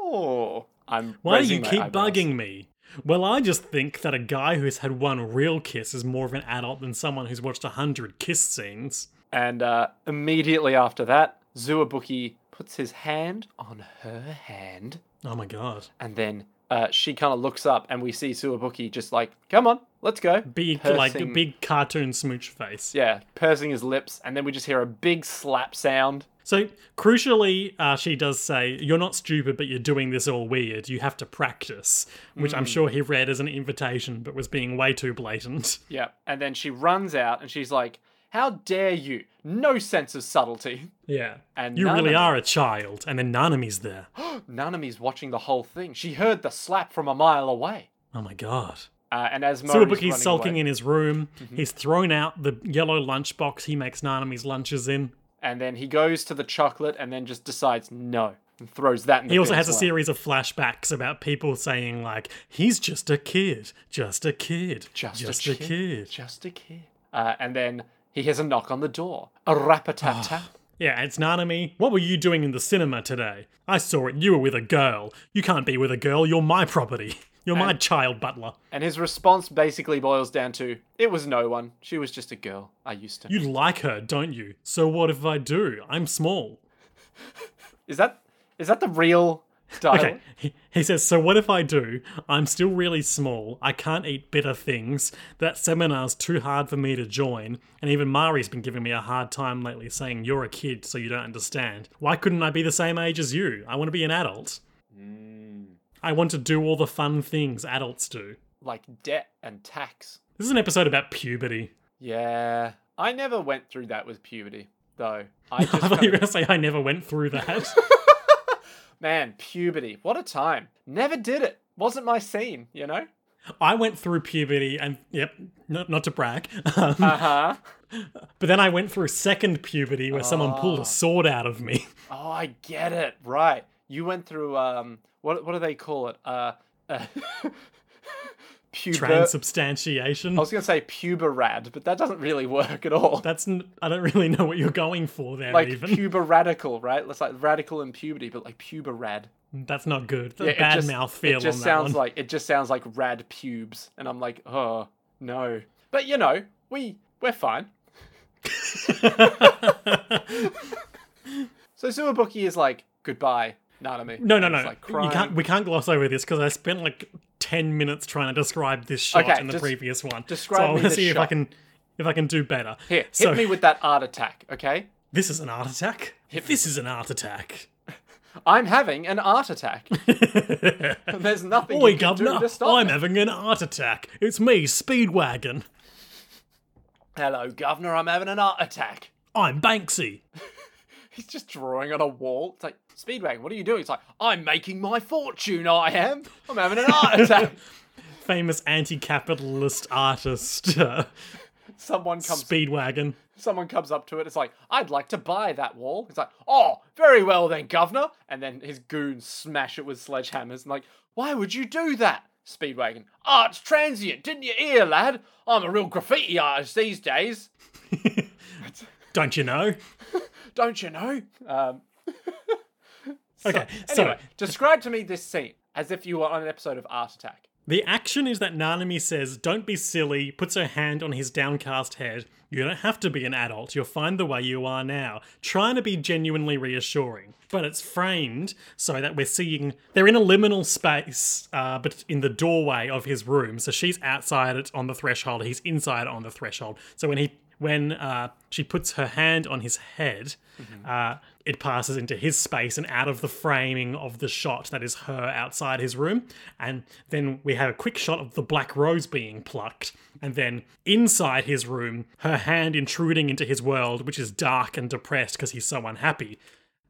[SPEAKER 2] Oh. I'm.
[SPEAKER 1] Why do
[SPEAKER 2] raising
[SPEAKER 1] you
[SPEAKER 2] my
[SPEAKER 1] keep
[SPEAKER 2] eyebrows.
[SPEAKER 1] bugging me? Well, I just think that a guy who's had one real kiss is more of an adult than someone who's watched a hundred kiss scenes.
[SPEAKER 2] And uh, immediately after that, Zuabuki puts his hand on her hand.
[SPEAKER 1] Oh my god.
[SPEAKER 2] And then uh, she kind of looks up, and we see Suwabuki just like, "Come on, let's go."
[SPEAKER 1] Big like a
[SPEAKER 2] Pursing-
[SPEAKER 1] big cartoon smooch face.
[SPEAKER 2] Yeah, pursing his lips, and then we just hear a big slap sound.
[SPEAKER 1] So crucially, uh, she does say, "You're not stupid, but you're doing this all weird. You have to practice," which
[SPEAKER 2] Hmm.
[SPEAKER 1] I'm sure he read as an invitation, but was being way too blatant.
[SPEAKER 2] Yeah, and then she runs out, and she's like, "How dare you? No sense of subtlety."
[SPEAKER 1] Yeah,
[SPEAKER 2] And
[SPEAKER 1] you really
[SPEAKER 2] Nanami-
[SPEAKER 1] are a child. And then Nanami's there.
[SPEAKER 2] Nanami's watching the whole thing. She heard the slap from a mile away.
[SPEAKER 1] Oh my god.
[SPEAKER 2] Uh, and as Mori's
[SPEAKER 1] Suwabuki's
[SPEAKER 2] running
[SPEAKER 1] sulking
[SPEAKER 2] away, Mm-hmm.
[SPEAKER 1] in his room. He's thrown out the yellow lunchbox he makes Nanami's lunches in.
[SPEAKER 2] and then he goes to the chocolate, and then just decides no, and throws that. In the
[SPEAKER 1] He also
[SPEAKER 2] bin
[SPEAKER 1] has a
[SPEAKER 2] as well.
[SPEAKER 1] series of flashbacks about people saying like, "He's just a kid, just a kid,
[SPEAKER 2] Just,
[SPEAKER 1] a,
[SPEAKER 2] a,
[SPEAKER 1] kid.
[SPEAKER 2] kid, Just a kid. Uh, and then he hears a knock on the door. A rap a tap
[SPEAKER 1] Oh.
[SPEAKER 2] tap.
[SPEAKER 1] Yeah, it's Nanami. What were you doing in the cinema today? I saw it. You were with a girl. You can't be with a girl. You're my property. You're my child butler.
[SPEAKER 2] And his response basically boils down to it was no one. She was just a girl. I used to.
[SPEAKER 1] You like her, don't you? So what if I do? I'm small.
[SPEAKER 2] Is that is that the real Dialogue.
[SPEAKER 1] Okay. He, he says, So what if I do? I'm still really small. I can't eat bitter things. That seminar's too hard for me to join. And even Mari's been giving me a hard time lately, saying, You're a kid, so you don't understand. Why couldn't I be the same age as you? I want to be an adult.
[SPEAKER 2] Mm.
[SPEAKER 1] I want to do all the fun things adults do.
[SPEAKER 2] Like debt and tax.
[SPEAKER 1] This is an episode about puberty.
[SPEAKER 2] Yeah. I never went through that with puberty, though. I just
[SPEAKER 1] I thought you were
[SPEAKER 2] kinda-
[SPEAKER 1] going to say, I never went through that.
[SPEAKER 2] man, puberty. What a time. Never did it. Wasn't my scene, you know?
[SPEAKER 1] I went through puberty and, yep, not, not to brag. Um,
[SPEAKER 2] Uh-huh.
[SPEAKER 1] But then I went through second puberty where someone pulled a sword out of me.
[SPEAKER 2] Oh, I get it. Right. You went through um what what do they call it? Uh, uh puber
[SPEAKER 1] Transubstantiation.
[SPEAKER 2] I was going to say puberad, but that doesn't really work at all.
[SPEAKER 1] That's n- I don't really know what you're going for there.
[SPEAKER 2] like
[SPEAKER 1] even
[SPEAKER 2] puber radical, right? That's like radical in puberty, but like puberad.
[SPEAKER 1] that's not good. That's
[SPEAKER 2] Yeah,
[SPEAKER 1] a
[SPEAKER 2] it
[SPEAKER 1] bad
[SPEAKER 2] just-
[SPEAKER 1] mouth feel
[SPEAKER 2] It just
[SPEAKER 1] on that
[SPEAKER 2] sounds
[SPEAKER 1] one.
[SPEAKER 2] like it just sounds like rad pubes, and I'm like, oh no. But you know, we we're fine. So Suwabuki is like goodbye, Nanami.
[SPEAKER 1] no, no,
[SPEAKER 2] And
[SPEAKER 1] no.
[SPEAKER 2] it's, Like
[SPEAKER 1] you
[SPEAKER 2] crying.
[SPEAKER 1] can't. We can't gloss over this because I spent like ten minutes trying to describe this shot
[SPEAKER 2] Okay,
[SPEAKER 1] in the
[SPEAKER 2] des-
[SPEAKER 1] previous one.
[SPEAKER 2] describe
[SPEAKER 1] so I
[SPEAKER 2] me
[SPEAKER 1] want
[SPEAKER 2] the
[SPEAKER 1] to see if I
[SPEAKER 2] shot.
[SPEAKER 1] can if I can do better.
[SPEAKER 2] Here, hit
[SPEAKER 1] so
[SPEAKER 2] me with that art attack, okay?
[SPEAKER 1] this is an art attack. This is an art attack.
[SPEAKER 2] I'm having an art attack. and there's nothing
[SPEAKER 1] Oi,
[SPEAKER 2] you can do
[SPEAKER 1] governor!
[SPEAKER 2] to stop
[SPEAKER 1] I'm
[SPEAKER 2] it.
[SPEAKER 1] having an art attack. It's me, Speedwagon.
[SPEAKER 2] Hello, governor. I'm having an art attack.
[SPEAKER 1] I'm Banksy.
[SPEAKER 2] He's just drawing on a wall. It's like Speedwagon. What are you doing? It's like I'm making my fortune. I am. I'm having an art attack.
[SPEAKER 1] Famous anti-capitalist artist uh,
[SPEAKER 2] Someone comes
[SPEAKER 1] Speedwagon.
[SPEAKER 2] someone comes up to it. It's like, I'd like to buy that wall. It's like, oh, very well then, governor. And then his goons smash it with sledgehammers. And like, why would you do that? Speedwagon, art's transient. Didn't you hear, lad? I'm a real graffiti artist these days.
[SPEAKER 1] Don't you know?
[SPEAKER 2] Don't you know? Um,
[SPEAKER 1] Okay, so,
[SPEAKER 2] anyway, describe to me this scene as if you were on an episode of Art Attack.
[SPEAKER 1] the action is that Nanami says, Don't be silly, puts her hand on his downcast head. You don't have to be an adult, you'll find the way you are now. Trying to be genuinely reassuring. But it's framed so that we're seeing they're in a liminal space, uh, but in the doorway of his room. So she's outside it on the threshold, he's inside on the threshold. So when he when uh, she puts her hand on his head, uh, it passes into his space and out of the framing of the shot that is her outside his room. And then we have a quick shot of the black rose being plucked. And then inside his room, her hand intruding into his world, which is dark and depressed because he's so unhappy.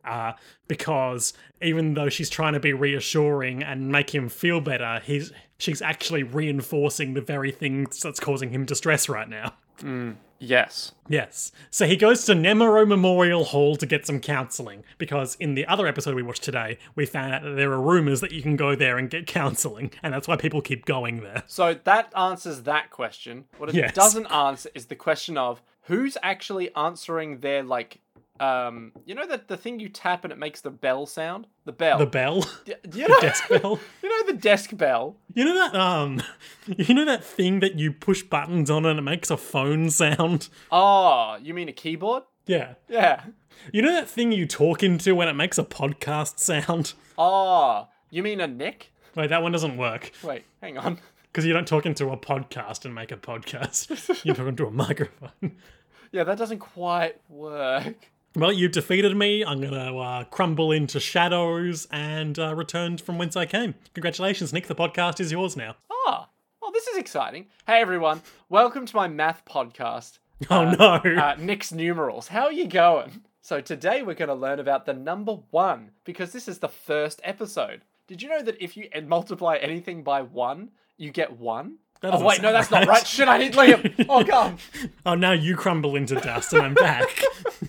[SPEAKER 1] Uh, because even though she's trying to be reassuring and make him feel better, he's she's actually reinforcing the very thing that's causing him distress right now.
[SPEAKER 2] Yes.
[SPEAKER 1] Yes. So he goes to Nemuro Memorial Hall to get some counseling because in the other episode we watched today, we found out that there are rumors that you can go there and get counseling, and that's why people keep going there.
[SPEAKER 2] So that answers that question. What it
[SPEAKER 1] Yes.
[SPEAKER 2] doesn't answer is the question of who's actually answering their like um you know that the thing you tap and it makes the bell sound? The bell.
[SPEAKER 1] The bell,
[SPEAKER 2] Y- you, know,
[SPEAKER 1] desk bell.
[SPEAKER 2] you know the desk bell?
[SPEAKER 1] You know that um, you know that thing that you push buttons on and it makes a phone sound.
[SPEAKER 2] Oh, you mean a keyboard?
[SPEAKER 1] Yeah.
[SPEAKER 2] Yeah.
[SPEAKER 1] You know that thing you talk into when it makes a podcast sound.
[SPEAKER 2] Oh, you mean a nick?
[SPEAKER 1] Wait, that one doesn't work
[SPEAKER 2] Wait, hang on.
[SPEAKER 1] because you don't talk into a podcast and make a podcast. you talk into a microphone.
[SPEAKER 2] Yeah, that doesn't quite work.
[SPEAKER 1] Well, you defeated me. I'm going to uh, crumble into shadows and uh, returned from whence I came. Congratulations, Nick. The podcast is yours now.
[SPEAKER 2] Ah. Oh, this is exciting. Hey everyone. Welcome to my math podcast.
[SPEAKER 1] Oh, no.
[SPEAKER 2] uh, Nick's numerals. How are you going? So today we're going to learn about the number one because this is the first episode. Did you know that if you and multiply anything by one, you get one?
[SPEAKER 1] That
[SPEAKER 2] Oh
[SPEAKER 1] doesn't
[SPEAKER 2] wait, no,
[SPEAKER 1] sound
[SPEAKER 2] that's not
[SPEAKER 1] right.
[SPEAKER 2] right. Shit, I need Liam. Oh god,
[SPEAKER 1] oh, now you crumble into dust and I'm back.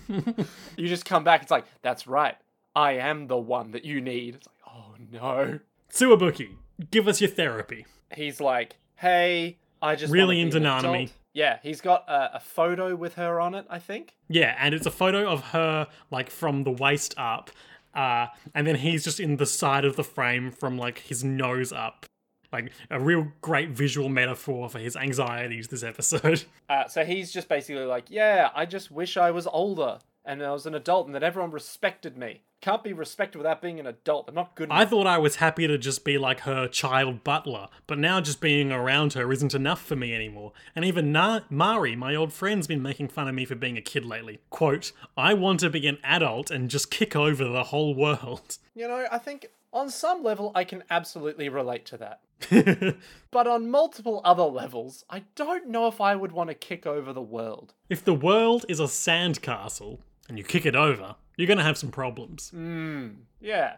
[SPEAKER 2] you just come back. It's like that's right. I am the one that you need. It's like oh no.
[SPEAKER 1] Suwabuki, give us your therapy.
[SPEAKER 2] He's like, hey, I just
[SPEAKER 1] Really
[SPEAKER 2] wanna
[SPEAKER 1] into
[SPEAKER 2] be an
[SPEAKER 1] Nanami.
[SPEAKER 2] adult." Yeah, he's got a, a photo with her on it. I think.
[SPEAKER 1] Yeah, and it's a photo of her, like, from the waist up. Uh, and then he's just in the side of the frame from, like, his nose up. Like, a real great visual metaphor for his anxieties this episode.
[SPEAKER 2] Uh, so he's just basically like, yeah, I just wish I was older. and I was an adult and that everyone respected me. Can't be respected without being an adult. I'm not good enough.
[SPEAKER 1] I thought I was happy to just be like her child butler, but now just being around her isn't enough for me anymore. And even Na- Mari, my old friend's been making fun of me for being a kid lately. Quote, I want to be an adult and just kick over the whole world.
[SPEAKER 2] You know, I think on some level I can absolutely relate to that. But on multiple other levels, I don't know if I would want to kick over the world.
[SPEAKER 1] if the world is a sandcastle and you kick it over, you're going to have some problems.
[SPEAKER 2] Yeah.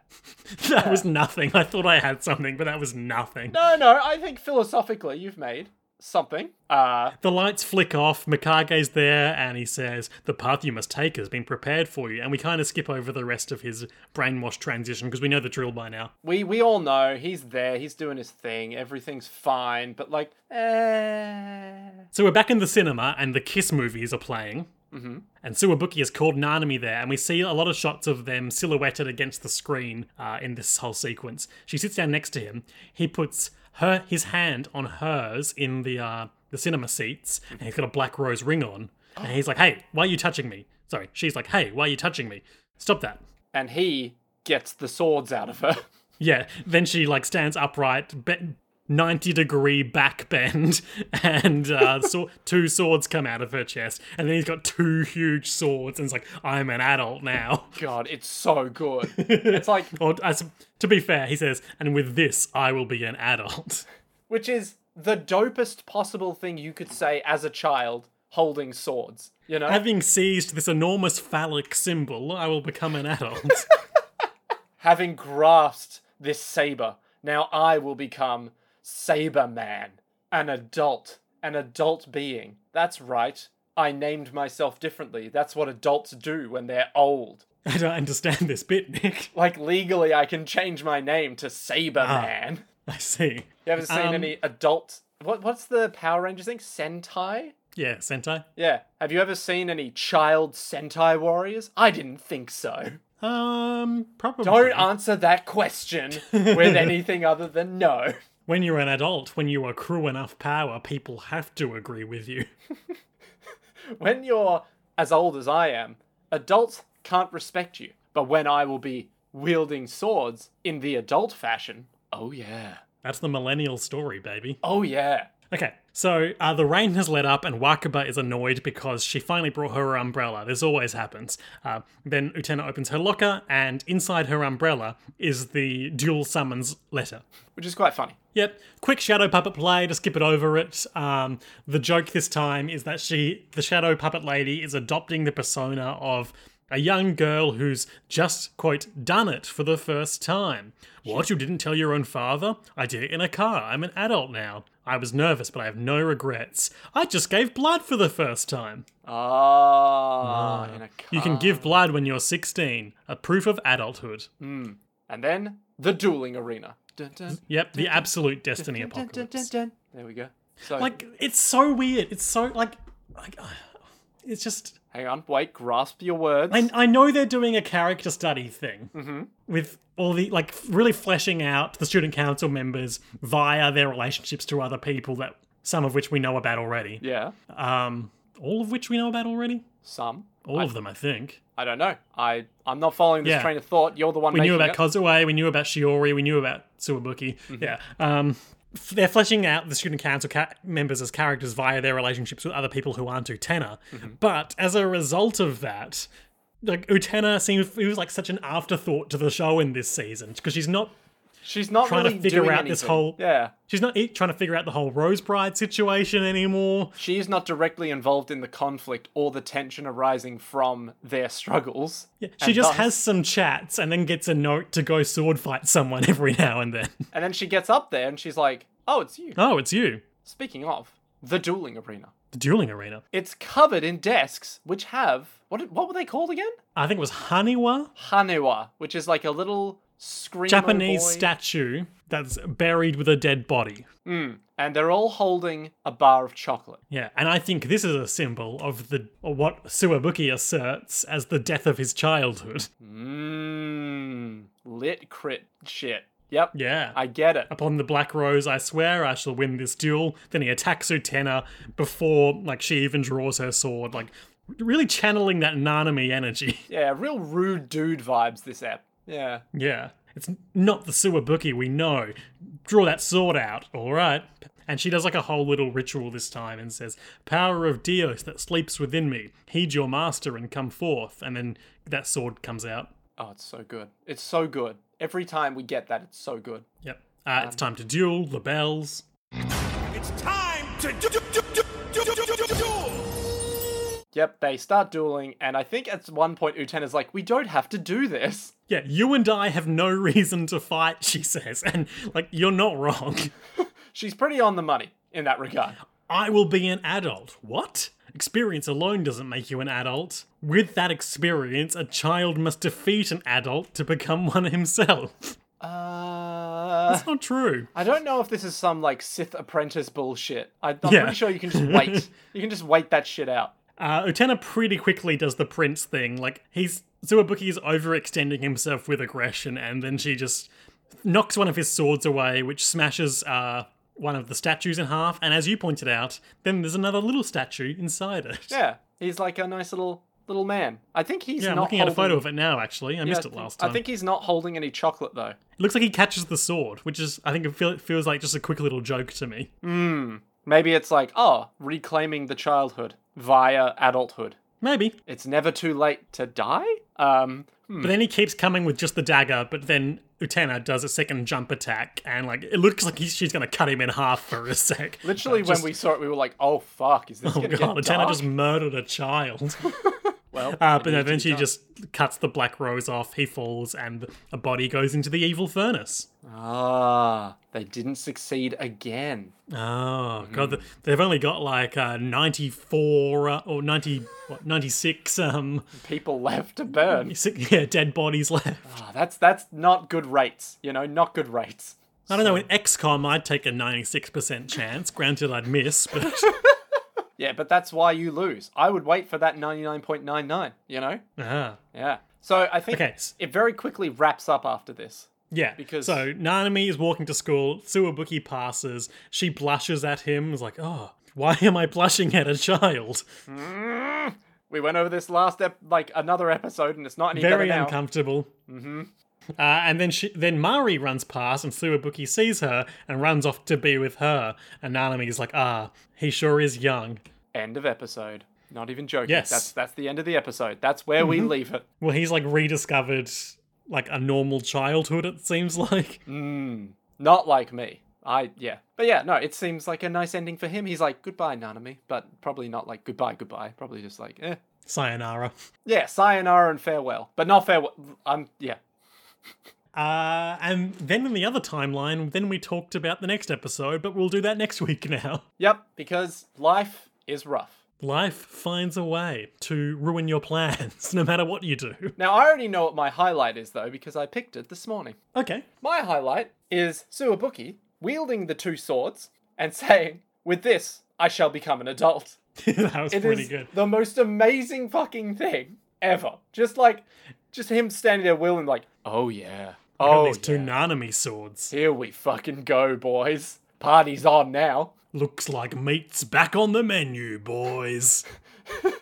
[SPEAKER 1] That was nothing. I thought I had something, but that was nothing.
[SPEAKER 2] No, no, I think philosophically you've made something. Uh,
[SPEAKER 1] The lights flick off, Mikage's there, and he says, The path you must take has been prepared for you. And we kind of skip over the rest of his brainwash transition because we know the drill by now.
[SPEAKER 2] we we all know he's there, he's doing his thing, everything's fine, but like, eh.
[SPEAKER 1] So we're back in the cinema, and the Kiss movies are playing. Mm-hmm. And Suwabuki has called Nanami there, and we see a lot of shots of them silhouetted against the screen uh, in this whole sequence. She sits down next to him. He puts her his hand on hers in the uh, the cinema seats, and he's got a black rose ring on. And he's like, "Hey, why are you touching me?" Sorry, she's like, "Hey, why are you touching me?" Stop that.
[SPEAKER 2] and he gets the swords out of her.
[SPEAKER 1] Yeah. Then she like stands upright, be- ninety degree back bend, and uh, so- two swords come out of her chest, and then he's got two huge swords, and it's like I'm an adult now.
[SPEAKER 2] God, it's so good. It's like,
[SPEAKER 1] Or as, to be fair, he says, and with this I will be an adult.
[SPEAKER 2] which is the dopest possible thing you could say as a child holding swords, you know?
[SPEAKER 1] Having seized this enormous phallic symbol, I will become an adult.
[SPEAKER 2] Having grasped this saber, now I will become Saber Man, an adult, an adult being. That's right. I named myself differently. That's what adults do when they're old.
[SPEAKER 1] I don't understand this bit, Nick.
[SPEAKER 2] Like legally, I can change my name to Saber Man.
[SPEAKER 1] I see.
[SPEAKER 2] You haven't seen any adult? What what's the Power Rangers thing? Sentai?
[SPEAKER 1] Yeah, Sentai.
[SPEAKER 2] Yeah. Have you ever seen any child Sentai warriors? I didn't think so.
[SPEAKER 1] Um, probably.
[SPEAKER 2] Don't answer that question with anything other than no.
[SPEAKER 1] When you're an adult, when you accrue enough power, people have to agree with you.
[SPEAKER 2] When you're as old as I am, adults can't respect you. But when I will be wielding swords in the adult fashion, oh yeah.
[SPEAKER 1] That's the millennial story, baby.
[SPEAKER 2] Oh yeah.
[SPEAKER 1] Okay, so uh, the rain has let up, and Wakaba is annoyed because she finally brought her umbrella. This always happens. Uh, then Utena opens her locker, and inside her umbrella is the dual summons letter.
[SPEAKER 2] Which is quite funny.
[SPEAKER 1] Yep. Quick shadow puppet play to skip it over it. Um, the joke this time is that she, the shadow puppet lady, is adopting the persona of a young girl who's just quote done it for the first time. What you didn't tell your own father? I did it in a car. I'm an adult now. I was nervous, but I have no regrets. I just gave blood for the first time.
[SPEAKER 2] Ah, in a
[SPEAKER 1] You can give blood when you're 16, a proof of adulthood.
[SPEAKER 2] And then the dueling arena. Dun, dun,
[SPEAKER 1] Yep, the absolute destiny
[SPEAKER 2] dun, dun,
[SPEAKER 1] apocalypse.
[SPEAKER 2] dun, dun. There we go. So
[SPEAKER 1] like it's so weird it's so like like uh, it's just
[SPEAKER 2] hang on, wait, grasp your words.
[SPEAKER 1] I, I know they're doing a character study thing with all the like really fleshing out the student council members via their relationships to other people that some of which we know about already
[SPEAKER 2] yeah.
[SPEAKER 1] um all of which we know about already
[SPEAKER 2] Some.
[SPEAKER 1] all of them i think
[SPEAKER 2] I don't know. I I'm not following this
[SPEAKER 1] Yeah.
[SPEAKER 2] train of thought. You're the one
[SPEAKER 1] we
[SPEAKER 2] making
[SPEAKER 1] knew about
[SPEAKER 2] it.
[SPEAKER 1] Kozue, we knew about Shiori, we knew about Suwabuki. Yeah. Um, f- they're fleshing out the student council ca- members as characters via their relationships with other people who aren't Utena. But as a result of that, like Utena seems it was like such an afterthought to the show in this season because she's not
[SPEAKER 2] She's not
[SPEAKER 1] trying to
[SPEAKER 2] really
[SPEAKER 1] figure
[SPEAKER 2] doing
[SPEAKER 1] out this
[SPEAKER 2] anything.
[SPEAKER 1] whole-
[SPEAKER 2] Yeah.
[SPEAKER 1] she's not e- trying to figure out the whole Rose Bride situation anymore.
[SPEAKER 2] She is not directly involved in the conflict or the tension arising from their struggles. Yeah,
[SPEAKER 1] She just has some chats and then gets a note to go sword fight someone every now and then.
[SPEAKER 2] And then she gets up there and she's like, "Oh, it's you."
[SPEAKER 1] oh, it's you,
[SPEAKER 2] Speaking of the dueling arena,
[SPEAKER 1] the dueling arena.
[SPEAKER 2] it's covered in desks which have what did- what were they called again?
[SPEAKER 1] I think it was Haniwa.
[SPEAKER 2] Hanewa, which is like a little screamo
[SPEAKER 1] Japanese
[SPEAKER 2] boy.
[SPEAKER 1] statue that's buried with a dead body.
[SPEAKER 2] and they're all holding a bar of chocolate.
[SPEAKER 1] Yeah, and I think this is a symbol of the or what Suwabuki asserts as the death of his childhood.
[SPEAKER 2] Mmm, lit crit shit. Yep,
[SPEAKER 1] Yeah.
[SPEAKER 2] I get it.
[SPEAKER 1] Upon the black rose, I swear I shall win this duel. Then he attacks Utena before like she even draws her sword. Like really channeling that Nanami energy.
[SPEAKER 2] Yeah, real rude dude vibes this app. Yeah.
[SPEAKER 1] yeah. It's not the Suwabuki we know. Draw that sword out, alright. And she does like a whole little ritual this time and says, Power of Dios that sleeps within me, heed your master and come forth. And then that sword comes out.
[SPEAKER 2] Oh, it's so good. It's so good. Every time we get that, it's so good.
[SPEAKER 1] Yep. Uh, it's time to duel, the bells.
[SPEAKER 3] It's time to do, do, do, do, do, do, do, do,
[SPEAKER 2] Yep, they start dueling, and I think at one point Uten is like, "We don't have to do this."
[SPEAKER 1] Yeah, you and I have no reason to fight, she says. And like, you're not wrong.
[SPEAKER 2] She's pretty on the money in that regard.
[SPEAKER 1] I will be an adult. What? Experience alone doesn't make you an adult. With that experience, a child must defeat an adult to become one himself.
[SPEAKER 2] Uh,
[SPEAKER 1] That's not true.
[SPEAKER 2] I don't know if this is some like Sith apprentice bullshit. I, I'm
[SPEAKER 1] Yeah.
[SPEAKER 2] pretty sure you can just wait. you can just wait that shit out.
[SPEAKER 1] Uh, Utena pretty quickly does the prince thing. Like, he's. Suwabuki is overextending himself with aggression, and then she just knocks one of his swords away, which smashes uh, one of the statues in half. And as you pointed out, then there's another little statue inside it.
[SPEAKER 2] Yeah, he's like a nice little little man. I think he's
[SPEAKER 1] Yeah, I'm
[SPEAKER 2] not
[SPEAKER 1] looking
[SPEAKER 2] holding,
[SPEAKER 1] at a photo of it now, actually. I
[SPEAKER 2] Yeah,
[SPEAKER 1] missed
[SPEAKER 2] I
[SPEAKER 1] it
[SPEAKER 2] think-
[SPEAKER 1] last time.
[SPEAKER 2] I think he's not holding any chocolate though.
[SPEAKER 1] It looks like he catches the sword, which is, I think, it, feel, it feels like just a quick little joke to me.
[SPEAKER 2] Maybe it's like, oh, reclaiming the childhood via adulthood.
[SPEAKER 1] Maybe.
[SPEAKER 2] It's never too late to die. Um,
[SPEAKER 1] But then he keeps coming with just the dagger, but then Utena does a second jump attack, and like it looks like he's, she's going to cut him in half for a sec.
[SPEAKER 2] literally,
[SPEAKER 1] But
[SPEAKER 2] when we saw it, we were like, oh fuck, is this
[SPEAKER 1] just-
[SPEAKER 2] gonna
[SPEAKER 1] Uh, Oh god,
[SPEAKER 2] get
[SPEAKER 1] Utena
[SPEAKER 2] dark?
[SPEAKER 1] just murdered a child.
[SPEAKER 2] Well,
[SPEAKER 1] Uh,
[SPEAKER 2] it
[SPEAKER 1] but then
[SPEAKER 2] needs to be
[SPEAKER 1] she
[SPEAKER 2] done.
[SPEAKER 1] just cuts the black rose off, he falls, and a body goes into the evil furnace.
[SPEAKER 2] ah, they didn't succeed again.
[SPEAKER 1] Oh
[SPEAKER 2] Hmm.
[SPEAKER 1] god, th- they've only got like uh, 94 uh, or 90, what, 96 um,
[SPEAKER 2] People left to burn.
[SPEAKER 1] six, yeah, dead bodies left.
[SPEAKER 2] Ah, that's that's not good rates. You know, not good rates.
[SPEAKER 1] I don't know, in XCOM, I'd take a 96% chance. Granted, I'd miss, but
[SPEAKER 2] Yeah, but that's why you lose. I would wait for that ninety-nine point nine nine. You know.
[SPEAKER 1] Ah.
[SPEAKER 2] Yeah. So I think
[SPEAKER 1] Okay, s-
[SPEAKER 2] it very quickly wraps up after this.
[SPEAKER 1] yeah.
[SPEAKER 2] Because-
[SPEAKER 1] so Nanami is walking to school. Suwabuki passes. She blushes at him. Is like, oh, why am I blushing at a child?
[SPEAKER 2] We went over this last ep- like another episode, and it's not any
[SPEAKER 1] Very
[SPEAKER 2] better now.
[SPEAKER 1] uncomfortable. Mm-hmm. Uh, and then she, then Mari runs past, and Suwabuki sees her and runs off to be with her. And Nanami is like, ah, he sure is young.
[SPEAKER 2] end of episode. Not even joking.
[SPEAKER 1] Yes. Mm-hmm.
[SPEAKER 2] That's that's the end of the episode. That's where we leave it.
[SPEAKER 1] Well, he's like rediscovered like a normal childhood. It seems like.
[SPEAKER 2] Hmm. Not like me. I yeah. But yeah, no, it seems like a nice ending for him. He's like, goodbye, Nanami, but probably not like goodbye, goodbye. Probably just like, eh.
[SPEAKER 1] Sayonara.
[SPEAKER 2] Yeah, sayonara and farewell. But not farewell I'm yeah.
[SPEAKER 1] Uh, and then in the other timeline, then we talked about the next episode, but we'll do that next week now.
[SPEAKER 2] Yep, because life is rough.
[SPEAKER 1] Life finds a way to ruin your plans, no matter what you do.
[SPEAKER 2] Now I already know what my highlight is though, because I picked it this morning.
[SPEAKER 1] Okay.
[SPEAKER 2] My highlight is Suabuki wielding the two swords and saying, With this, I shall become an adult.
[SPEAKER 1] that was
[SPEAKER 2] It is
[SPEAKER 1] pretty good.
[SPEAKER 2] the most amazing fucking thing ever. Just like, just him standing there, Will, and like, oh yeah, oh
[SPEAKER 1] These two
[SPEAKER 2] yeah.
[SPEAKER 1] Nanami swords.
[SPEAKER 2] here we fucking go, boys. Party's on now.
[SPEAKER 1] Looks like meat's back on the menu, boys.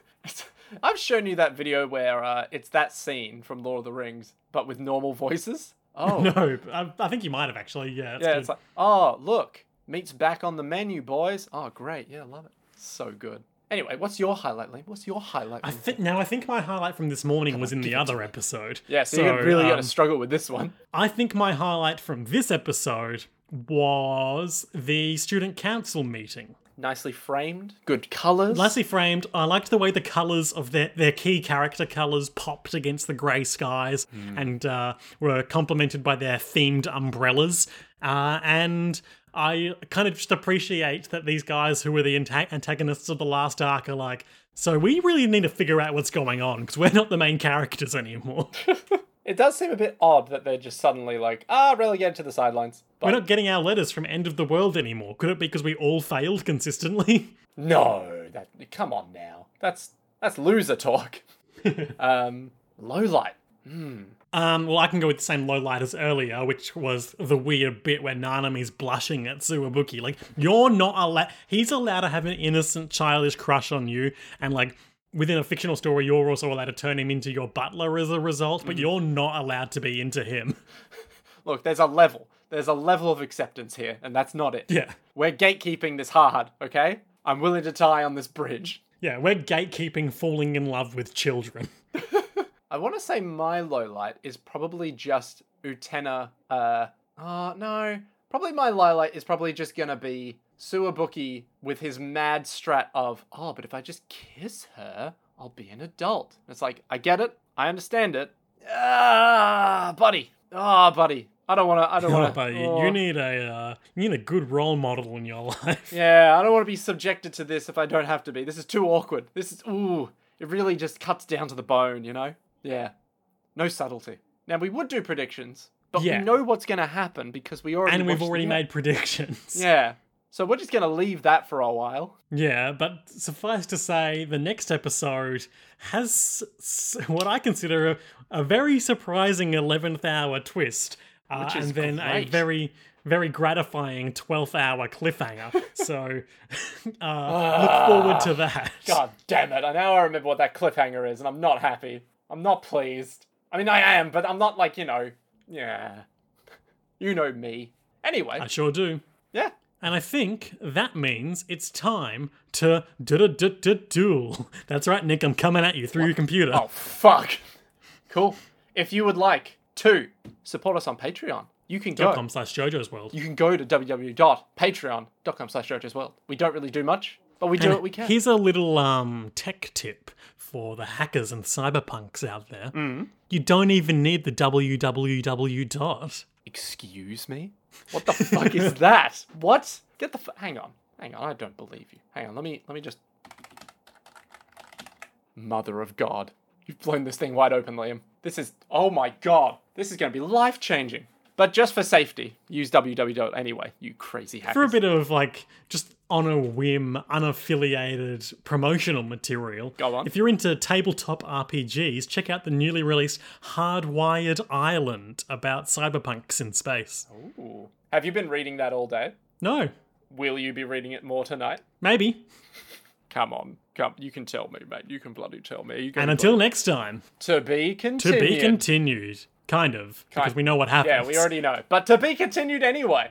[SPEAKER 2] I've shown you that video where uh, it's that scene from Lord of the Rings, but with normal voices. Oh,
[SPEAKER 1] No, I, I think you might have actually. Yeah, that's
[SPEAKER 2] yeah,
[SPEAKER 1] good.
[SPEAKER 2] it's like, oh look, meat's back on the menu, boys. Oh great, yeah, love it. So good. Anyway, what's your highlight, Liam? What's your highlight?
[SPEAKER 1] I thi- now I think my highlight from this morning was in the other episode.
[SPEAKER 2] yeah, so, you're really
[SPEAKER 1] um,
[SPEAKER 2] gonna struggle with this one.
[SPEAKER 1] I think my highlight from this episode was the student council meeting.
[SPEAKER 2] Nicely framed, good colors.
[SPEAKER 1] Nicely framed. I liked the way the colours of their, their key character colours popped against the grey skies and uh, were complemented by their themed umbrellas. Uh, and I kind of just appreciate that these guys who were the anta- antagonists of the last arc are like, so we really need to figure out what's going on because we're not the main characters anymore.
[SPEAKER 2] It does seem a bit odd that they're just suddenly like, ah, relegated to the sidelines.
[SPEAKER 1] we're
[SPEAKER 2] But
[SPEAKER 1] not getting our letters from End of the World anymore. Could it be because we all failed consistently?
[SPEAKER 2] no, that come on now. That's that's loser talk. um, low light.
[SPEAKER 1] Um, well, I can go with the same low light as earlier, which was the weird bit where Nanami's blushing at Suwabuki. Like, you're not allowed. He's allowed to have an innocent, childish crush on you, and like, within a fictional story, you're also allowed to turn him into your butler as a result, but you're not allowed to be into him.
[SPEAKER 2] Look, there's a level. There's a level of acceptance here, and that's not it.
[SPEAKER 1] Yeah.
[SPEAKER 2] We're gatekeeping this hard, okay? I'm willing to die on this bridge.
[SPEAKER 1] Yeah, we're gatekeeping falling in love with children.
[SPEAKER 2] I want to say my low light is probably just Utena. Uh, uh no, probably my low light is probably just gonna be Suabuki with his mad strat of oh, but if I just kiss her, I'll be an adult. It's like I get it, I understand it. Ah, buddy. Ah, buddy. I don't wanna. I don't wanna.
[SPEAKER 1] but you-
[SPEAKER 2] oh.
[SPEAKER 1] you need a uh, you need a good role model in your life.
[SPEAKER 2] Yeah, I don't want to be subjected to this if I don't have to be. This is too awkward. This is ooh, it really just cuts down to the bone, you know? Yeah. No subtlety. Now we would do predictions, but
[SPEAKER 1] Yeah.
[SPEAKER 2] we know what's going to happen because we already
[SPEAKER 1] And we've
[SPEAKER 2] watched
[SPEAKER 1] already
[SPEAKER 2] the-
[SPEAKER 1] made predictions.
[SPEAKER 2] Yeah. So we're just going to leave that for a while.
[SPEAKER 1] Yeah, but suffice to say, the next episode has s- s- what I consider a, a very surprising 11th hour twist, uh,
[SPEAKER 2] Which is
[SPEAKER 1] and then a
[SPEAKER 2] great.
[SPEAKER 1] very, very gratifying 12th hour cliffhanger. so uh, look forward to that.
[SPEAKER 2] Ah, God damn it. I now I remember what that cliffhanger is and I'm not happy. I'm not pleased. I mean, I am, but I'm not like, you know, yeah. You know me. Anyway,
[SPEAKER 1] I sure do.
[SPEAKER 2] yeah.
[SPEAKER 1] And I think that means it's time to duel. That's right, Nick, I'm coming at you through your computer.
[SPEAKER 2] Oh, fuck. Cool. If you would like to support us on Patreon, you can go.
[SPEAKER 1] .com slash JoJo's World.
[SPEAKER 2] You can go to www.patreon.com slash Jojo's World. We don't really do much, but we do
[SPEAKER 1] And
[SPEAKER 2] what we can.
[SPEAKER 1] Here's a little um, tech tip for the hackers and cyberpunks out there.
[SPEAKER 2] Mm.
[SPEAKER 1] You don't even need the www dot.
[SPEAKER 2] Excuse me? What the fuck is that? What? Get the f- hang on. Hang on, I don't believe you. Hang on, let me let me just Mother of God. You've blown this thing wide open, Liam. This is oh my god. This is going to be life-changing. But just for safety, use www anyway, you crazy hackers.
[SPEAKER 1] For a bit of like just on a whim, unaffiliated promotional material.
[SPEAKER 2] Go on.
[SPEAKER 1] If you're into tabletop RPGs, check out the newly released Hardwired Island about cyberpunks in space.
[SPEAKER 2] Ooh. Have you been reading that all day?
[SPEAKER 1] No,
[SPEAKER 2] Will you be reading it more tonight?
[SPEAKER 1] maybe.
[SPEAKER 2] Come on, come. You can tell me, mate. You can bloody tell me. You can
[SPEAKER 1] And until next time,
[SPEAKER 2] to be
[SPEAKER 1] to
[SPEAKER 2] continued.
[SPEAKER 1] be continued. Kind of. Because we know what happens.
[SPEAKER 2] Yeah, we already know. But to be continued anyway.